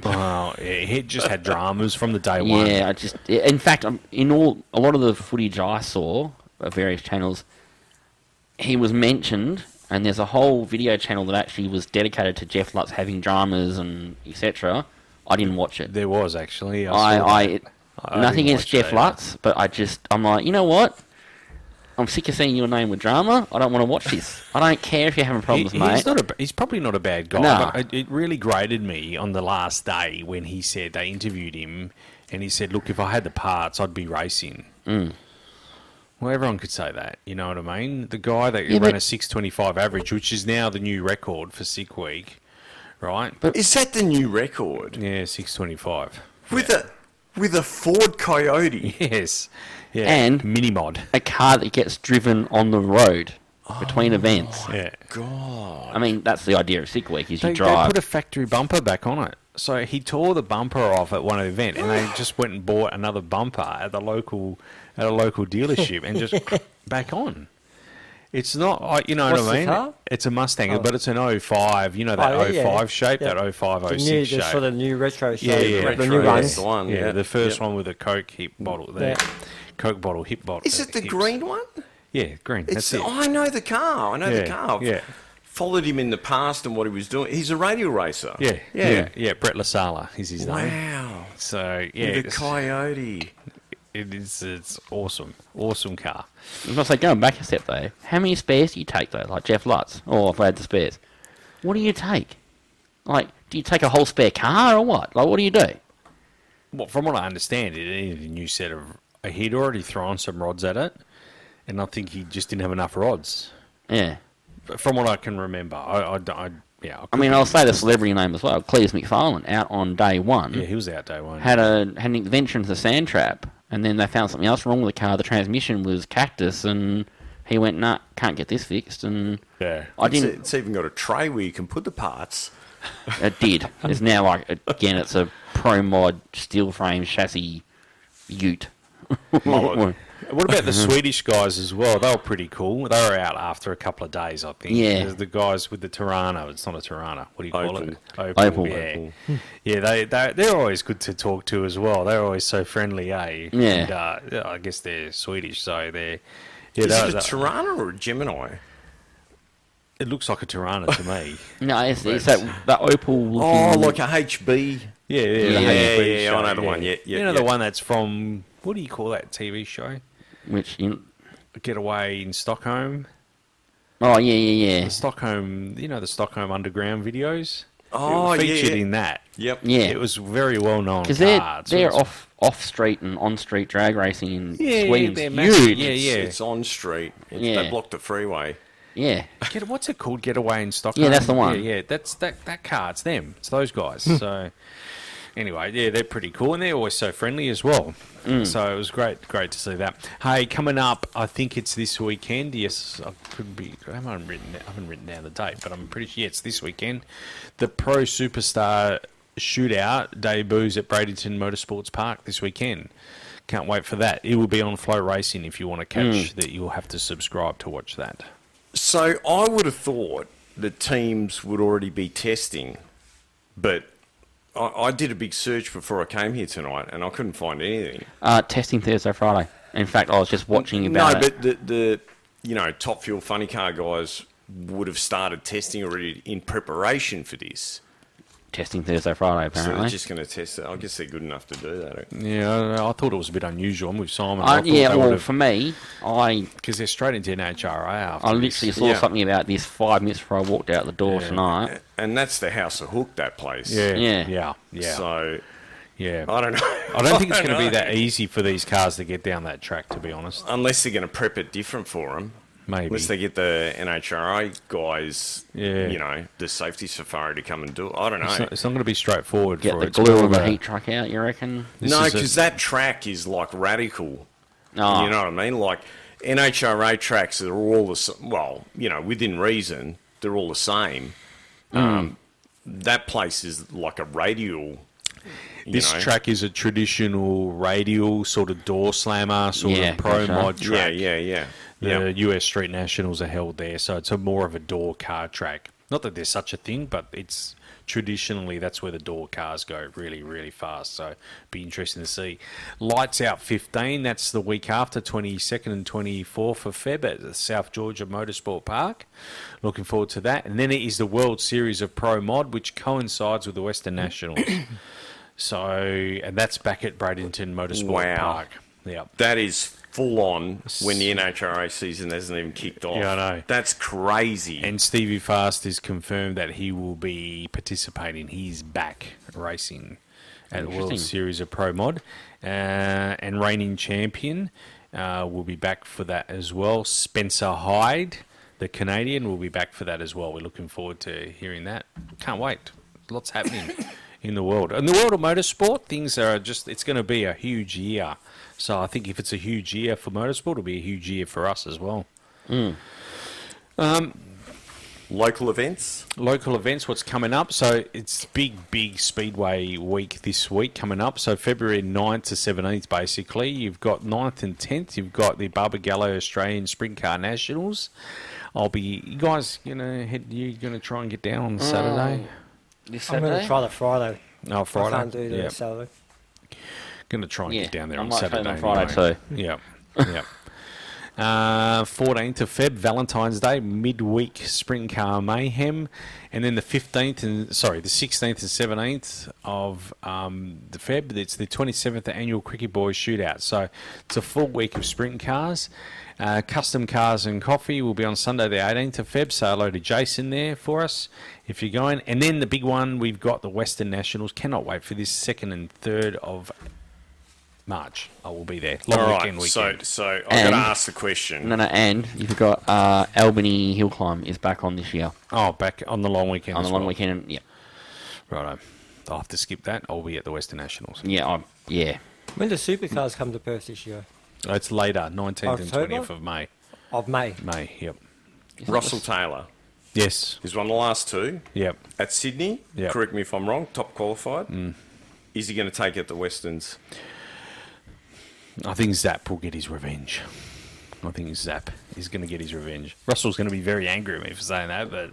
Speaker 1: Wow, yeah, it just had dramas from the day one.
Speaker 4: yeah, I just in fact, I'm, in all a lot of the footage I saw of various channels, he was mentioned, and there's a whole video channel that actually was dedicated to Jeff Lutz having dramas and etc. I didn't watch it.
Speaker 1: There was actually. I,
Speaker 4: I,
Speaker 1: saw
Speaker 4: I,
Speaker 1: I didn't
Speaker 4: nothing against
Speaker 1: watch
Speaker 4: Jeff
Speaker 1: that.
Speaker 4: Lutz, but I just, I'm like, you know what? I'm sick of seeing your name with drama. I don't want to watch this. I don't care if you're having
Speaker 1: that. He-
Speaker 4: problems, mate.
Speaker 1: he's, not a, he's probably not a bad guy,
Speaker 4: No.
Speaker 1: but it, it really grated me on the last day when he said they interviewed him and he said, Look, if I had the parts, I'd be racing.
Speaker 4: Mm.
Speaker 1: Well, everyone could say that. You know what I mean? The guy that
Speaker 4: Yeah,
Speaker 1: ran
Speaker 4: but-
Speaker 1: a 625 average, which is now the new record for Sick Week, right?
Speaker 3: Is that the new record
Speaker 1: yeah, 625.
Speaker 3: with a with a Ford Coyote?
Speaker 1: Yes. Yeah.
Speaker 4: And-
Speaker 1: mini mod.
Speaker 4: a car that gets driven on the road
Speaker 1: Oh,
Speaker 4: between events.
Speaker 1: Yeah.
Speaker 3: God.
Speaker 4: I mean, that's the idea of sick week is
Speaker 1: They,
Speaker 4: you
Speaker 1: they
Speaker 4: drive.
Speaker 1: put a factory bumper back on it. So he tore the bumper off at one event, and they just went and bought another bumper at the local at a local dealership, and just back on. It's not, I, you know
Speaker 5: What's
Speaker 1: what I
Speaker 5: the
Speaker 1: mean?
Speaker 5: car?
Speaker 1: It's a Mustang,
Speaker 5: Oh.
Speaker 1: but it's an 05, you know, that
Speaker 5: Oh, yeah,
Speaker 1: 05
Speaker 5: yeah.
Speaker 1: shape,
Speaker 5: Yeah.
Speaker 1: that 05,
Speaker 5: the
Speaker 1: 06
Speaker 5: new,
Speaker 1: shape.
Speaker 5: the sort of new retro shape,
Speaker 1: yeah, yeah.
Speaker 5: the
Speaker 3: Retro,
Speaker 5: new
Speaker 3: yeah.
Speaker 5: ones.
Speaker 3: The one,
Speaker 1: yeah,
Speaker 3: yeah.
Speaker 1: the first
Speaker 3: Yep.
Speaker 1: one with the Coke hip bottle there.
Speaker 5: Yeah.
Speaker 1: Coke bottle, hip bottle.
Speaker 3: Is it the
Speaker 1: hips.
Speaker 3: green one?
Speaker 1: Yeah, green.
Speaker 3: It's
Speaker 1: That's it.
Speaker 3: oh, I know the car. I know the
Speaker 1: Yeah,
Speaker 3: car. I've
Speaker 1: yeah.
Speaker 3: Followed him in the past and what he was doing. He's a radio racer.
Speaker 1: Yeah, yeah, yeah, Brett Lasala is his name.
Speaker 3: Wow.
Speaker 1: So yeah,
Speaker 3: With a
Speaker 1: it's-
Speaker 3: coyote.
Speaker 1: it is. It's awesome, awesome car.
Speaker 4: I must say, going back a step though, how many spares do you take though? Like Jeff Lutz, or if I had the spares, what do you take? Like, do you take a whole spare car or what? Like, what do you do?
Speaker 1: Well, from what I understand, it needed a new set of. He'd already thrown some rods at it, and I think he just didn't have enough rods.
Speaker 4: Yeah.
Speaker 1: But from what I can remember, I, I, don't- I yeah,
Speaker 4: I mean, I'll say the celebrity name as well. Cleves McFarlane, out on day one,
Speaker 1: yeah, he was out day one.
Speaker 4: had a had an invention to the sand trap, and then they found something else wrong with the car. The transmission was cactus, and he went, "Nah, can't get this fixed." And
Speaker 1: yeah,
Speaker 4: I
Speaker 3: It's,
Speaker 4: didn't.
Speaker 3: it's even got a tray where you can put the parts.
Speaker 4: It did. It's now like again, it's a pro mod steel frame chassis Ute.
Speaker 3: Mullet.
Speaker 1: What about the
Speaker 3: Mm-hmm.
Speaker 1: Swedish guys as well? They were pretty cool. They were out after a couple of days, I think.
Speaker 4: Yeah.
Speaker 1: The, the guys with the Tirana. It's not a Tirana. What do you call it?
Speaker 4: Opal.
Speaker 1: Yeah, yeah they, they, they're always good to talk to as well. They're always so friendly, eh?
Speaker 4: Yeah.
Speaker 1: And, uh, yeah, I guess they're Swedish, so they're. Yeah,
Speaker 3: Is
Speaker 1: they-
Speaker 3: it a
Speaker 1: they-
Speaker 3: Tirana or a Gemini?
Speaker 1: it looks like a Tirana to me.
Speaker 4: No, it's, it's that the opal looking.
Speaker 3: Oh, like a HB.
Speaker 1: Yeah, yeah, the Hayes
Speaker 4: Yeah,
Speaker 3: yeah,
Speaker 1: Bridge
Speaker 3: yeah, I know the one, yeah, yeah,
Speaker 1: you know
Speaker 3: yeah.
Speaker 1: the one that's from what do you call that TV show?
Speaker 4: which you,
Speaker 1: Getaway in Stockholm.
Speaker 4: oh yeah yeah yeah
Speaker 1: The Stockholm, you know, the Stockholm Underground videos.
Speaker 3: Oh,
Speaker 1: it
Speaker 3: yeah,
Speaker 1: featured
Speaker 3: yeah.
Speaker 1: in that.
Speaker 3: Yep.
Speaker 4: Yeah.
Speaker 1: It was very well known.
Speaker 4: because
Speaker 1: car.
Speaker 4: they're
Speaker 1: It's-
Speaker 4: they're
Speaker 1: it's-
Speaker 4: off off street and on street drag racing in
Speaker 1: Yeah, yeah,
Speaker 4: Sweden.
Speaker 1: they're
Speaker 4: It's
Speaker 1: massive.
Speaker 4: huge.
Speaker 1: Yeah, yeah.
Speaker 3: It's on street. It's, They
Speaker 4: Yeah.
Speaker 3: blocked the freeway.
Speaker 4: yeah.
Speaker 1: Get, what's it called? Getaway in Stockholm.
Speaker 4: that's the one. Hmm.
Speaker 1: Yeah, yeah, that's that that car. It's them. It's those guys. so anyway, yeah, they're pretty cool, and they're always so friendly as well.
Speaker 4: Hmm.
Speaker 1: So it was great, great to see that. Hey, coming up, I think it's this weekend. Yes, I could be. I haven't written. I haven't written down the date, but I'm pretty sure it's this weekend. The Pro Superstar Shootout debuts at Bradenton Motorsports Park this weekend. Can't wait for that. It will be on Flow Racing if you want to catch
Speaker 4: Hmm.
Speaker 1: that. You'll have to subscribe to watch that.
Speaker 3: So I would have thought that teams would already be testing, but I, I did a big search before I came here tonight and I couldn't find anything.
Speaker 4: Uh, testing Thursday, Friday. In fact, I was just watching
Speaker 3: no,
Speaker 4: about it.
Speaker 3: but the, the you know top fuel funny car guys would have started testing already in preparation for this.
Speaker 4: testing Thursday, Friday.
Speaker 3: So
Speaker 4: Apparently,
Speaker 3: they're just going to test it. I guess they're good enough to do that.
Speaker 1: Yeah, I, don't know. I thought it was a bit unusual. I'm with Simon.
Speaker 4: Uh, yeah.
Speaker 1: because
Speaker 4: Well, for me, I
Speaker 1: they're straight into an HRA. After
Speaker 4: I
Speaker 1: this.
Speaker 4: literally saw
Speaker 3: Yeah.
Speaker 4: something about this five minutes before I walked out the door tonight.
Speaker 3: And that's the house of hook. That place.
Speaker 1: Yeah, yeah,
Speaker 4: Yeah.
Speaker 1: yeah, yeah.
Speaker 3: So
Speaker 1: yeah.
Speaker 3: I don't know.
Speaker 1: I don't think it's going to be
Speaker 3: know.
Speaker 1: that easy for these cars to get down that track. To be honest,
Speaker 3: unless they're going to prep it different for them.
Speaker 1: Maybe.
Speaker 3: Unless they get the NHRA guys,
Speaker 1: Yeah.
Speaker 3: you know, the safety safari to come and do it. I don't know.
Speaker 1: it's not, it's not going to be straightforward.
Speaker 4: Get
Speaker 1: for
Speaker 4: the
Speaker 1: it.
Speaker 4: glue and
Speaker 1: It's
Speaker 4: the
Speaker 1: more of
Speaker 4: heat truck out. You reckon?
Speaker 1: this
Speaker 3: no,
Speaker 1: is a-
Speaker 3: because that track is like radical.
Speaker 4: Ah.
Speaker 3: You know what I mean? Like NHRA tracks are all the s- well, you know, within reason, they're all the same.
Speaker 1: Hmm.
Speaker 3: Um, that place is like a radial. you
Speaker 1: This
Speaker 3: know.
Speaker 1: track is a traditional radial sort of door slammer, sort
Speaker 4: Yeah,
Speaker 1: of pro
Speaker 4: gotcha.
Speaker 1: mod track.
Speaker 3: Yeah, yeah,
Speaker 1: The
Speaker 3: yeah. yeah.
Speaker 1: US Street Nationals are held there, so it's a more of a door car track. Not that there's such a thing, but it's traditionally that's where the door cars go really, really fast. So be interesting to see. Lights out 15. That's the week after 22nd and 24th of Feb at the South Georgia Motorsport Park. Looking forward to that. And then it is the World Series of Pro Mod, which coincides with the Western Nationals. so and that's back at Bradenton Motorsport
Speaker 3: Wow.
Speaker 1: Park. Yep.
Speaker 3: That is full on when the NHRA season hasn't even kicked off.
Speaker 1: Yeah, I know.
Speaker 3: That's crazy.
Speaker 1: And Stevie Fast has confirmed that he will be participating. He's back racing at the World
Speaker 4: Interesting.
Speaker 1: Series of Pro Mod. Uh, and reigning champion uh, will be back for that as well. Spencer Hyde, the Canadian, will be back for that as well. We're looking forward to hearing that. Can't wait. Lots happening in the world. In the world of motorsport, things are just, it's going to be a huge year. So I think if it's a huge year for motorsport, it'll be a huge year for us as well.
Speaker 3: Local events.
Speaker 1: local events, what's coming up. So it's big, big Speedway week this week coming up. So February 9th to 17th, basically. You've got 9th and 10th. You've got the Barbagallo Australian Sprint Car Nationals. I'll be, you guys, you know, head, you going to try and get down
Speaker 4: Mm.
Speaker 1: on Saturday?
Speaker 4: This
Speaker 5: I'm
Speaker 4: Saturday?
Speaker 5: going to try the Friday.
Speaker 1: No, Friday.
Speaker 5: I can't do the
Speaker 1: yeah.
Speaker 5: Saturday.
Speaker 1: Going to try and get
Speaker 4: Yeah,
Speaker 1: down there
Speaker 4: I
Speaker 1: on
Speaker 4: might play
Speaker 1: Saturday.
Speaker 4: them on Friday
Speaker 1: anyway. Yeah, yeah. Uh, 14th of Feb, Valentine's Day, midweek Spring Car Mayhem, and then the 15th and sorry, the 16th and 17th of um, the Feb. It's the 27th annual Cricket Boys Shootout. So it's a full week of Sprint Cars. Uh, custom cars and coffee will be on Sunday, the 18th of Feb. Say hello to Jason there for us if you're going. And then the big one, we've got the Western Nationals. Cannot wait for this second and third of March. I will be there. Long
Speaker 3: All right.
Speaker 1: weekend,
Speaker 3: So,
Speaker 1: weekend.
Speaker 3: so I've got
Speaker 4: And-
Speaker 3: to ask the question.
Speaker 4: No, no, and you forgot uh, Albany Hill Climb is back on this year
Speaker 1: oh, back on the long weekend.
Speaker 4: on
Speaker 1: as
Speaker 4: the long
Speaker 1: well.
Speaker 4: weekend. Yeah,
Speaker 1: Righto. I'll have to skip that. I'll be at the Western Nationals.
Speaker 4: yeah, I'm, yeah.
Speaker 5: When do supercars come to Perth this year?
Speaker 1: It's later, 19th and
Speaker 5: October?
Speaker 1: 20th of May.
Speaker 5: Of May.
Speaker 1: May, yep.
Speaker 3: Russell Taylor
Speaker 1: Yes,
Speaker 3: is one of the last two
Speaker 1: yep.
Speaker 3: at Sydney.
Speaker 1: Yeah. Mm.
Speaker 3: Correct me if I'm wrong. Top qualified. Is he going to take it to Westerns?
Speaker 1: I think Zap will get his revenge. I think Zap is going to get his revenge. Russell's going to be very angry at me for saying that, but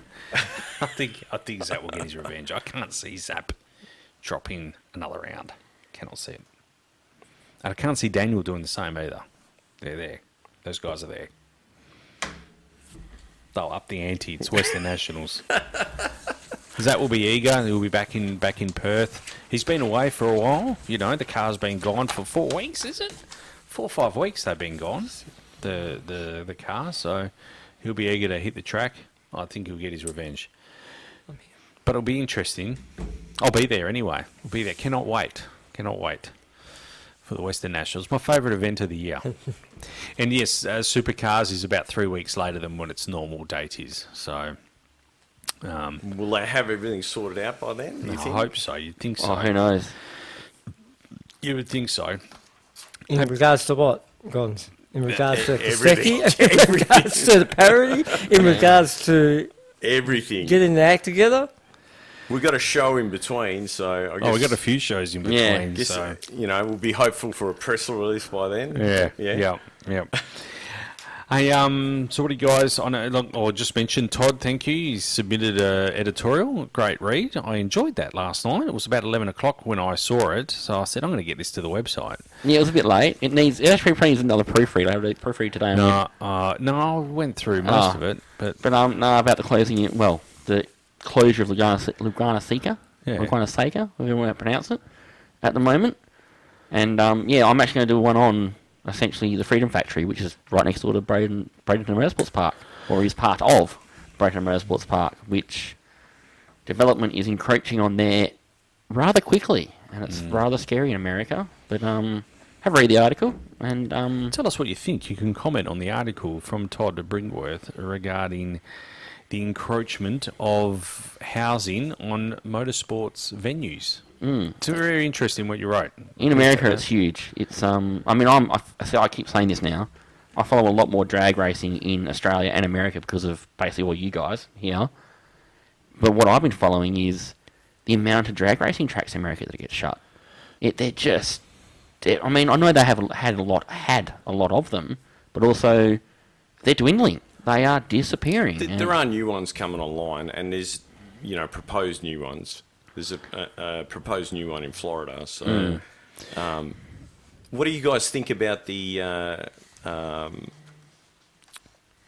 Speaker 1: I think I think Zap will get his revenge. I can't see Zap dropping another round. Cannot see it. And I can't see Daniel doing the same either. They're there. Those guys are there. They'll up the ante. It's Western Nationals. Zap will be eager. He'll be back in back in Perth. He's been away for a while. You know, the car's been gone for four weeks, is it? Four or five weeks they've been gone. The the the car. So he'll be eager to hit the track. I think he'll get his revenge. But it'll be interesting. I'll be there anyway. I'll be there. Cannot wait. Cannot wait for the Western Nationals. My favourite event of the year. and yes, uh, Supercars is about three weeks later than what its normal date is. So
Speaker 3: Will they have everything sorted out by then? do You
Speaker 1: I
Speaker 3: think?
Speaker 1: hope so. You'd think so.
Speaker 4: Oh, who knows?
Speaker 1: You would think so.
Speaker 5: In regards to what, Gons? In regards to
Speaker 3: e-
Speaker 5: Kostecki?
Speaker 3: everything.
Speaker 5: In regards to the parody? In regards to
Speaker 3: Everything.
Speaker 5: getting the act together?
Speaker 3: We've got a show in between, so I guess,
Speaker 1: Oh, we got a few shows in between.
Speaker 4: Yeah.
Speaker 3: guess,
Speaker 1: so.
Speaker 3: you know, we'll be hopeful for a press release by then.
Speaker 1: Yeah,
Speaker 3: Yeah.
Speaker 1: yeah, yeah. Hey, um, so what do you guys? I know, look, I just mentioned Todd. Thank you. He submitted a editorial. Great read. I enjoyed that last night. It was about eleven o'clock when I saw it, so I said I'm going to get this to the website.
Speaker 4: Yeah, it was a bit late. It needs it actually probably needs another proofread. I have to proofread today. I mean.
Speaker 1: No, uh, no, I went through most
Speaker 4: Ah.
Speaker 1: of it, but
Speaker 4: But um, no, about the closing. Well, the closure of Lugana, Se- Lugana Seca,
Speaker 1: Yeah.
Speaker 4: Lugana Seca, however you want to pronounce it, at the moment. And um, yeah, I'm actually going to do one on essentially the Freedom Factory, which is right next door to Braden Bradenton Motorsports Park, or is part of Bradenton Motorsports Park, which development is encroaching on there rather quickly, and it's rather scary in America. But um, have a read the article, and um,
Speaker 1: Tell us what you think. You can comment on the article from Todd Bringworth regarding the encroachment of housing on motorsports venues. Mm. It's very interesting what you wrote.
Speaker 4: In America, it's huge. It's um. I mean, I'm. I, f- I say- I keep saying this now. I follow a lot more drag racing in Australia and America because of basically all you guys here. But what I've been following is the amount of drag racing tracks in America that get shut. It, they're just. they I mean, I know they have a- had a lot had a lot of them, but also they're dwindling. They are disappearing.
Speaker 3: Th-
Speaker 4: and-
Speaker 3: There are new ones coming online, and there's, you know, proposed new ones. There's a, a, a proposed new one in Florida. So, um, what do you guys think about the uh, um,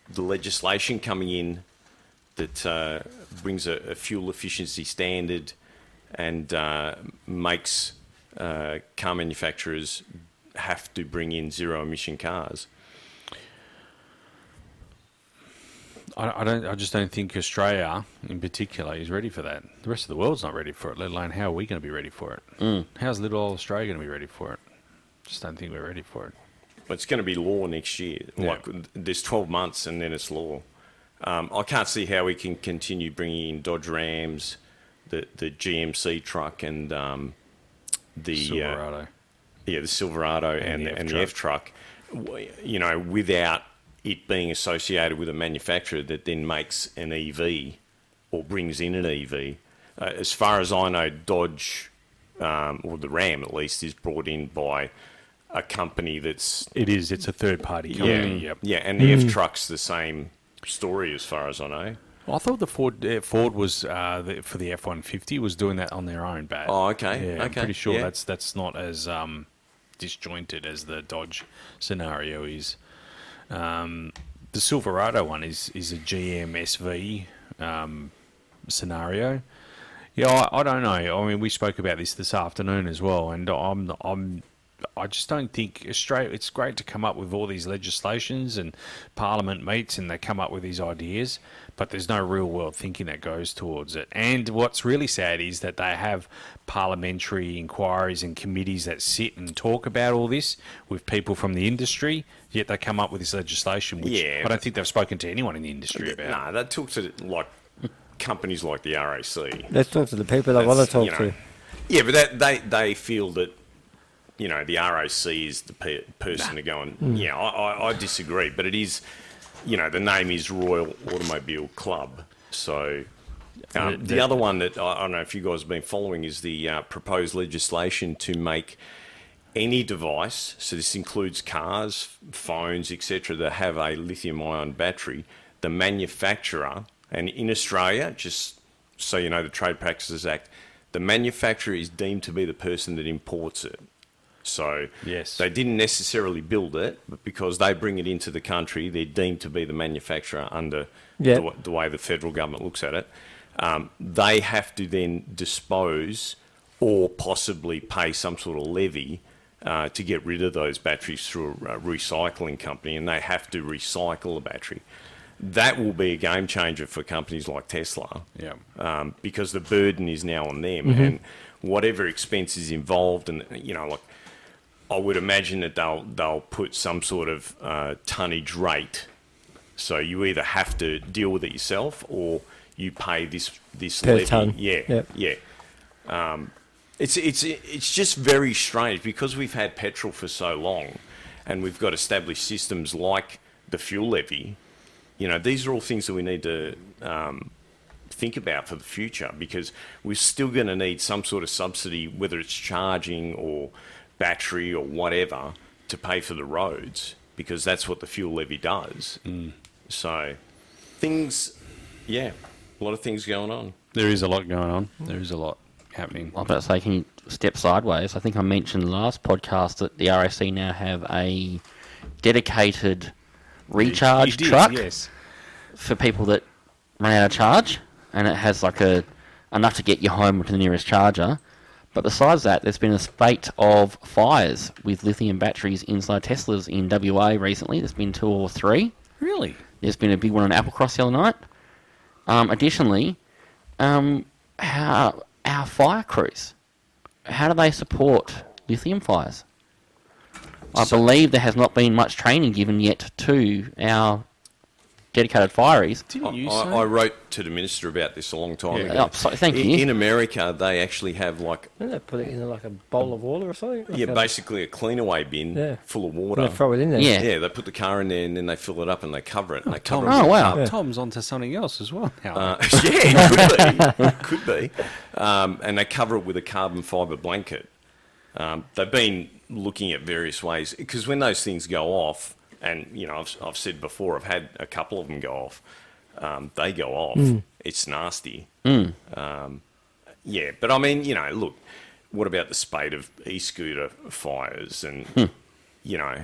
Speaker 3: the legislation coming in that uh, brings a, a fuel efficiency standard and uh, makes uh, car manufacturers have to bring in zero emission cars?
Speaker 1: I, I don't. I just don't think Australia, in particular, is ready for that. The rest of the world's not ready for it. Let alone how are we going to be ready for it? How's little old Australia going to be ready for it? Just don't think we're ready for it.
Speaker 3: Well, It's going to be law next year.
Speaker 1: Yeah.
Speaker 3: Like there's 12 months and then it's law. Um, I can't see how we can continue bringing in Dodge Rams, the the GMC truck, and um, the uh,
Speaker 1: Silverado.
Speaker 3: yeah the Silverado and,
Speaker 1: the
Speaker 3: and,
Speaker 1: F
Speaker 3: the F truck, w- you know, without it being associated with a manufacturer that then makes an EV or brings in an EV. Uh, as far as I know, Dodge um, or the Ram at least is brought in by a company that's
Speaker 1: It is. It's a third party
Speaker 3: yeah
Speaker 1: company. Yep.
Speaker 3: yeah, and the F truck's the same story as far as I know.
Speaker 1: I thought the Ford uh, Ford was uh, the, for the F one fifty was doing that on their own bat.
Speaker 3: Oh, okay,
Speaker 1: Yeah, I'm
Speaker 3: okay,
Speaker 1: pretty sure
Speaker 3: yeah.
Speaker 1: that's that's not as um, disjointed as the Dodge scenario is. Um, the Silverado one is is a GM SV um, scenario. Yeah, I, I don't know. I mean, we spoke about this this afternoon as well, and I'm I'm I just don't think Australia. It's great to come up with all these legislations and Parliament meets and they come up with these ideas, but there's no real world thinking that goes towards it. And what's really sad is that they have parliamentary inquiries and committees that sit and talk about all this with people from the industry. Yet they come up with this legislation, which
Speaker 3: Yeah.
Speaker 1: I don't think they've spoken to anyone in the industry about.
Speaker 3: Nah, that took to like companies like the RAC.
Speaker 5: Let's talk to the people I want to
Speaker 3: That's,
Speaker 5: talk
Speaker 3: you know,
Speaker 5: to.
Speaker 3: Yeah, but that, they they feel that you know the ROC is the pe- person to go and yeah, I, I, I disagree, but it is you know the name is Royal Automobile Club, so. Um, the other one that I, I don't know if you guys have been following is the uh, proposed legislation to make any device, so this includes cars, phones, etc., that have a lithium ion battery, the manufacturer, and in Australia, just so you know, the Trade Practices Act, the manufacturer is deemed to be the person that imports it. So
Speaker 1: Yes.
Speaker 3: they didn't necessarily build it, but because they bring it into the country, they're deemed to be the manufacturer under
Speaker 5: Yeah.
Speaker 3: the, w- the way the federal government looks at it. Um, they have to then dispose or possibly pay some sort of levy uh, to get rid of those batteries through a recycling company, and they have to recycle the battery. That will be a game changer for companies like Tesla
Speaker 1: Yeah.
Speaker 3: um, because the burden is now on them
Speaker 5: Mm-hmm.
Speaker 3: and whatever expense is involved and you know like I would imagine that they'll they'll put some sort of uh, tonnage rate so you either have to deal with it yourself or you pay this this
Speaker 5: Per
Speaker 3: levy.
Speaker 5: tonne.
Speaker 3: yeah
Speaker 5: Yep.
Speaker 3: yeah um, it's it's it's just very strange because we've had petrol for so long and we've got established systems like the fuel levy you know these are all things that we need to think about for the future because we're still going to need some sort of subsidy, whether it's charging or battery or whatever, to pay for the roads because that's what the fuel levy does. So things, yeah, a lot of things going on.
Speaker 1: There is a lot going on. There is a lot happening.
Speaker 4: I'm about to say, can you step sideways? I think I mentioned last podcast that the RAC now have a dedicated recharge
Speaker 1: You did,
Speaker 4: truck
Speaker 1: Yes.
Speaker 4: for people that run out of charge, and it has like a enough to get you home to the nearest charger. But besides that, there's been a spate of fires with lithium batteries inside Teslas in WA recently. There's been two or three.
Speaker 1: Really?
Speaker 4: There's been a big one on Applecross the other night. Um, additionally, um, how our fire crews, how do they support lithium fires? I believe there has not been much training given yet to our dedicated fireys.
Speaker 1: Didn't you
Speaker 3: I,
Speaker 1: say?
Speaker 3: I, I wrote to the minister about this a long time
Speaker 1: Yeah.
Speaker 3: ago.
Speaker 4: Oh, so- thank
Speaker 3: in,
Speaker 4: you.
Speaker 3: In America, they actually have like
Speaker 5: Don't they put it in like a bowl of water or something? Like
Speaker 3: yeah,
Speaker 5: a-
Speaker 3: basically a clean away bin
Speaker 5: Yeah.
Speaker 3: full of
Speaker 5: and
Speaker 3: water.
Speaker 5: they throw it in there.
Speaker 4: Yeah.
Speaker 3: yeah, they put the car in there and then they fill it up and they cover it. And they cover it
Speaker 4: Oh,
Speaker 3: with
Speaker 4: wow.
Speaker 1: Oh, Tom's onto something else as well. Now.
Speaker 3: Uh, yeah, it could be. could be. Um, and they cover it with a carbon fibre blanket. Um, they've been looking at various ways because when those things go off, and you know, I've, I've said before, I've had a couple of them go off. Um, they go off. It's nasty. Um, yeah, but I mean, you know, look, what about the spate of e-scooter fires and you know,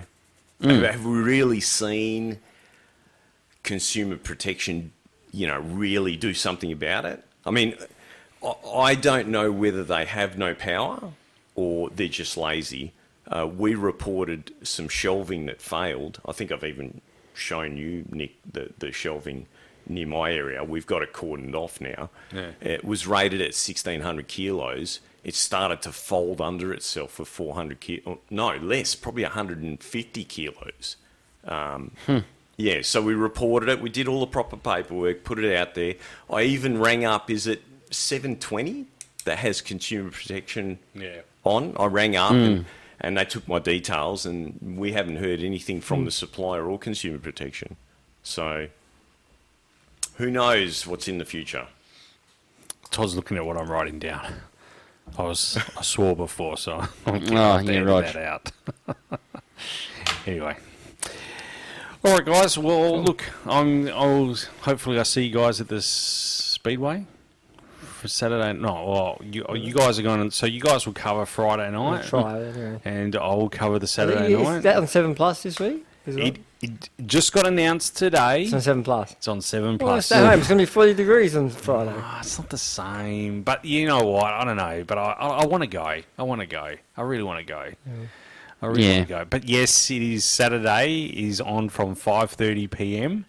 Speaker 3: have, have we really seen consumer protection, you know, really do something about it? I mean, I, I don't know whether they have no power or they're just lazy. Uh, we reported some shelving that failed. I think I've even shown you, Nick, the, the shelving near my area. We've got it cordoned off now.
Speaker 1: Yeah.
Speaker 3: It was rated at 1,600 kilos. It started to fold under itself for 400 kilos. No, less, probably 150 kilos. Yeah, so we reported it. We did all the proper paperwork, put it out there. I even rang up, is it 720 that has consumer protection
Speaker 1: Yeah.
Speaker 3: on? I rang up and, and they took my details, and we haven't heard anything from the supplier or consumer protection. So, who knows what's in the future?
Speaker 1: Todd's looking at what I'm writing down. I was I swore before, so I'm
Speaker 4: Oh,
Speaker 1: glad
Speaker 4: yeah,
Speaker 1: to
Speaker 4: right.
Speaker 1: that out. anyway. All right, guys. Well, look, I'm. I'll hopefully I see you guys at this speedway for Saturday. No, well, you, oh, you guys are going. to So you guys will cover Friday night,
Speaker 5: try it, yeah.
Speaker 1: and I will cover the
Speaker 5: I think
Speaker 1: Saturday
Speaker 5: it's-
Speaker 1: night.
Speaker 5: that on Seven Plus this week? as well?
Speaker 1: it, it just got announced today.
Speaker 5: It's on Seven Plus.
Speaker 1: It's on Seven
Speaker 5: Well,
Speaker 1: Plus.
Speaker 5: stay home. It's going to be forty degrees on Friday.
Speaker 1: Ah, it's not the same, but you know what? I don't know, but I I, I want to go. I want to go. I really want to go. I really
Speaker 4: Yeah.
Speaker 1: want to go. But yes, it is Saturday. is on from five thirty p.m.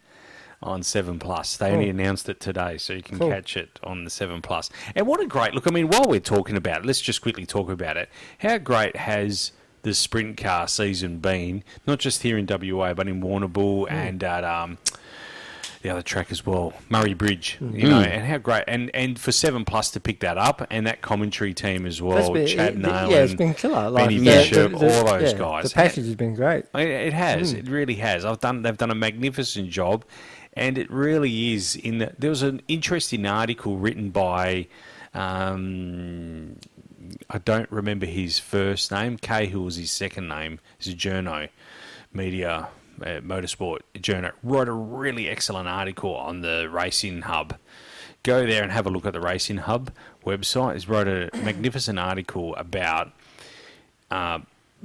Speaker 1: on Seven Plus. They only
Speaker 5: Cool.
Speaker 1: announced it today, so you can
Speaker 5: Cool.
Speaker 1: catch it on the Seven Plus. And what a great look! I mean, while we're talking about it, let's just quickly talk about it. How great has the sprint car season been? Not just here in WA, but in
Speaker 5: Mm.
Speaker 1: Warrnambool and at um, the other track as well, Murray Bridge.
Speaker 5: Mm-hmm.
Speaker 1: You know, and how great and and for Seven Plus to pick that up and that commentary team as
Speaker 5: That's
Speaker 1: well,
Speaker 5: been-
Speaker 1: Chad
Speaker 5: it-
Speaker 1: Nalen,
Speaker 5: yeah, it's been killer. Like,
Speaker 1: Benny
Speaker 5: the-
Speaker 1: Bishop,
Speaker 5: the- the-
Speaker 1: all those
Speaker 5: yeah,
Speaker 1: guys.
Speaker 5: The package has been great.
Speaker 1: I- It has. It really has. I've done. They've done a magnificent job, and it really is. In the, there was an interesting article written by, um, I don't remember his first name. Cahill was his second name. He's a journo, media, uh, motorsport journo. Wrote a really excellent article on the Racing Hub. Go there and have a look at the Racing Hub website. He's wrote a magnificent article about uh,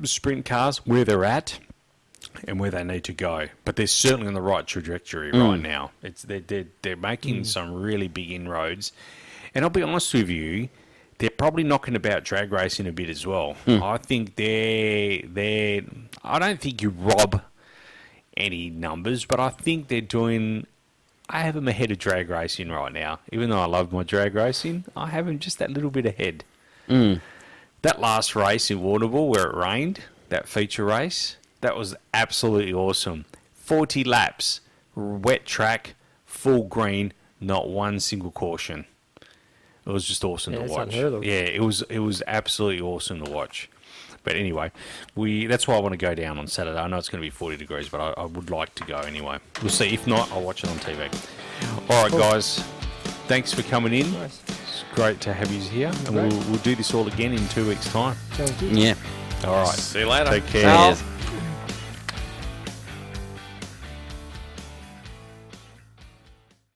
Speaker 1: sprint cars where they're at and where they need to go. But they're certainly on the right trajectory right now. It's they're they're, they're making some really big inroads. And I'll be honest with you, they're probably knocking about drag racing a bit as well. I think they're they I don't think you rob any numbers, but I think they're doing. I have them ahead of drag racing right now. Even though I love my drag racing, I have them just that little bit ahead. That last race in Warrnambool where it rained, that feature race, that was absolutely awesome. 40 laps, wet track, full green, not one single caution. It was just awesome
Speaker 5: Yeah,
Speaker 1: to
Speaker 5: that's
Speaker 1: watch.
Speaker 5: unheard of.
Speaker 1: Yeah, it was it was absolutely awesome to watch. But anyway, we that's why I want to go down on Saturday. I know it's going to be 40 degrees, but I, I would like to go anyway. We'll see. If not, I'll watch it on TV. All right, guys. Thanks for coming in.
Speaker 5: Nice.
Speaker 1: It's great to have you here, and
Speaker 5: Great.
Speaker 1: we'll, we'll do this all again in two weeks' time.
Speaker 5: Thank you.
Speaker 4: Yeah.
Speaker 1: All right.
Speaker 3: See you later.
Speaker 1: Take care.
Speaker 4: Cheers.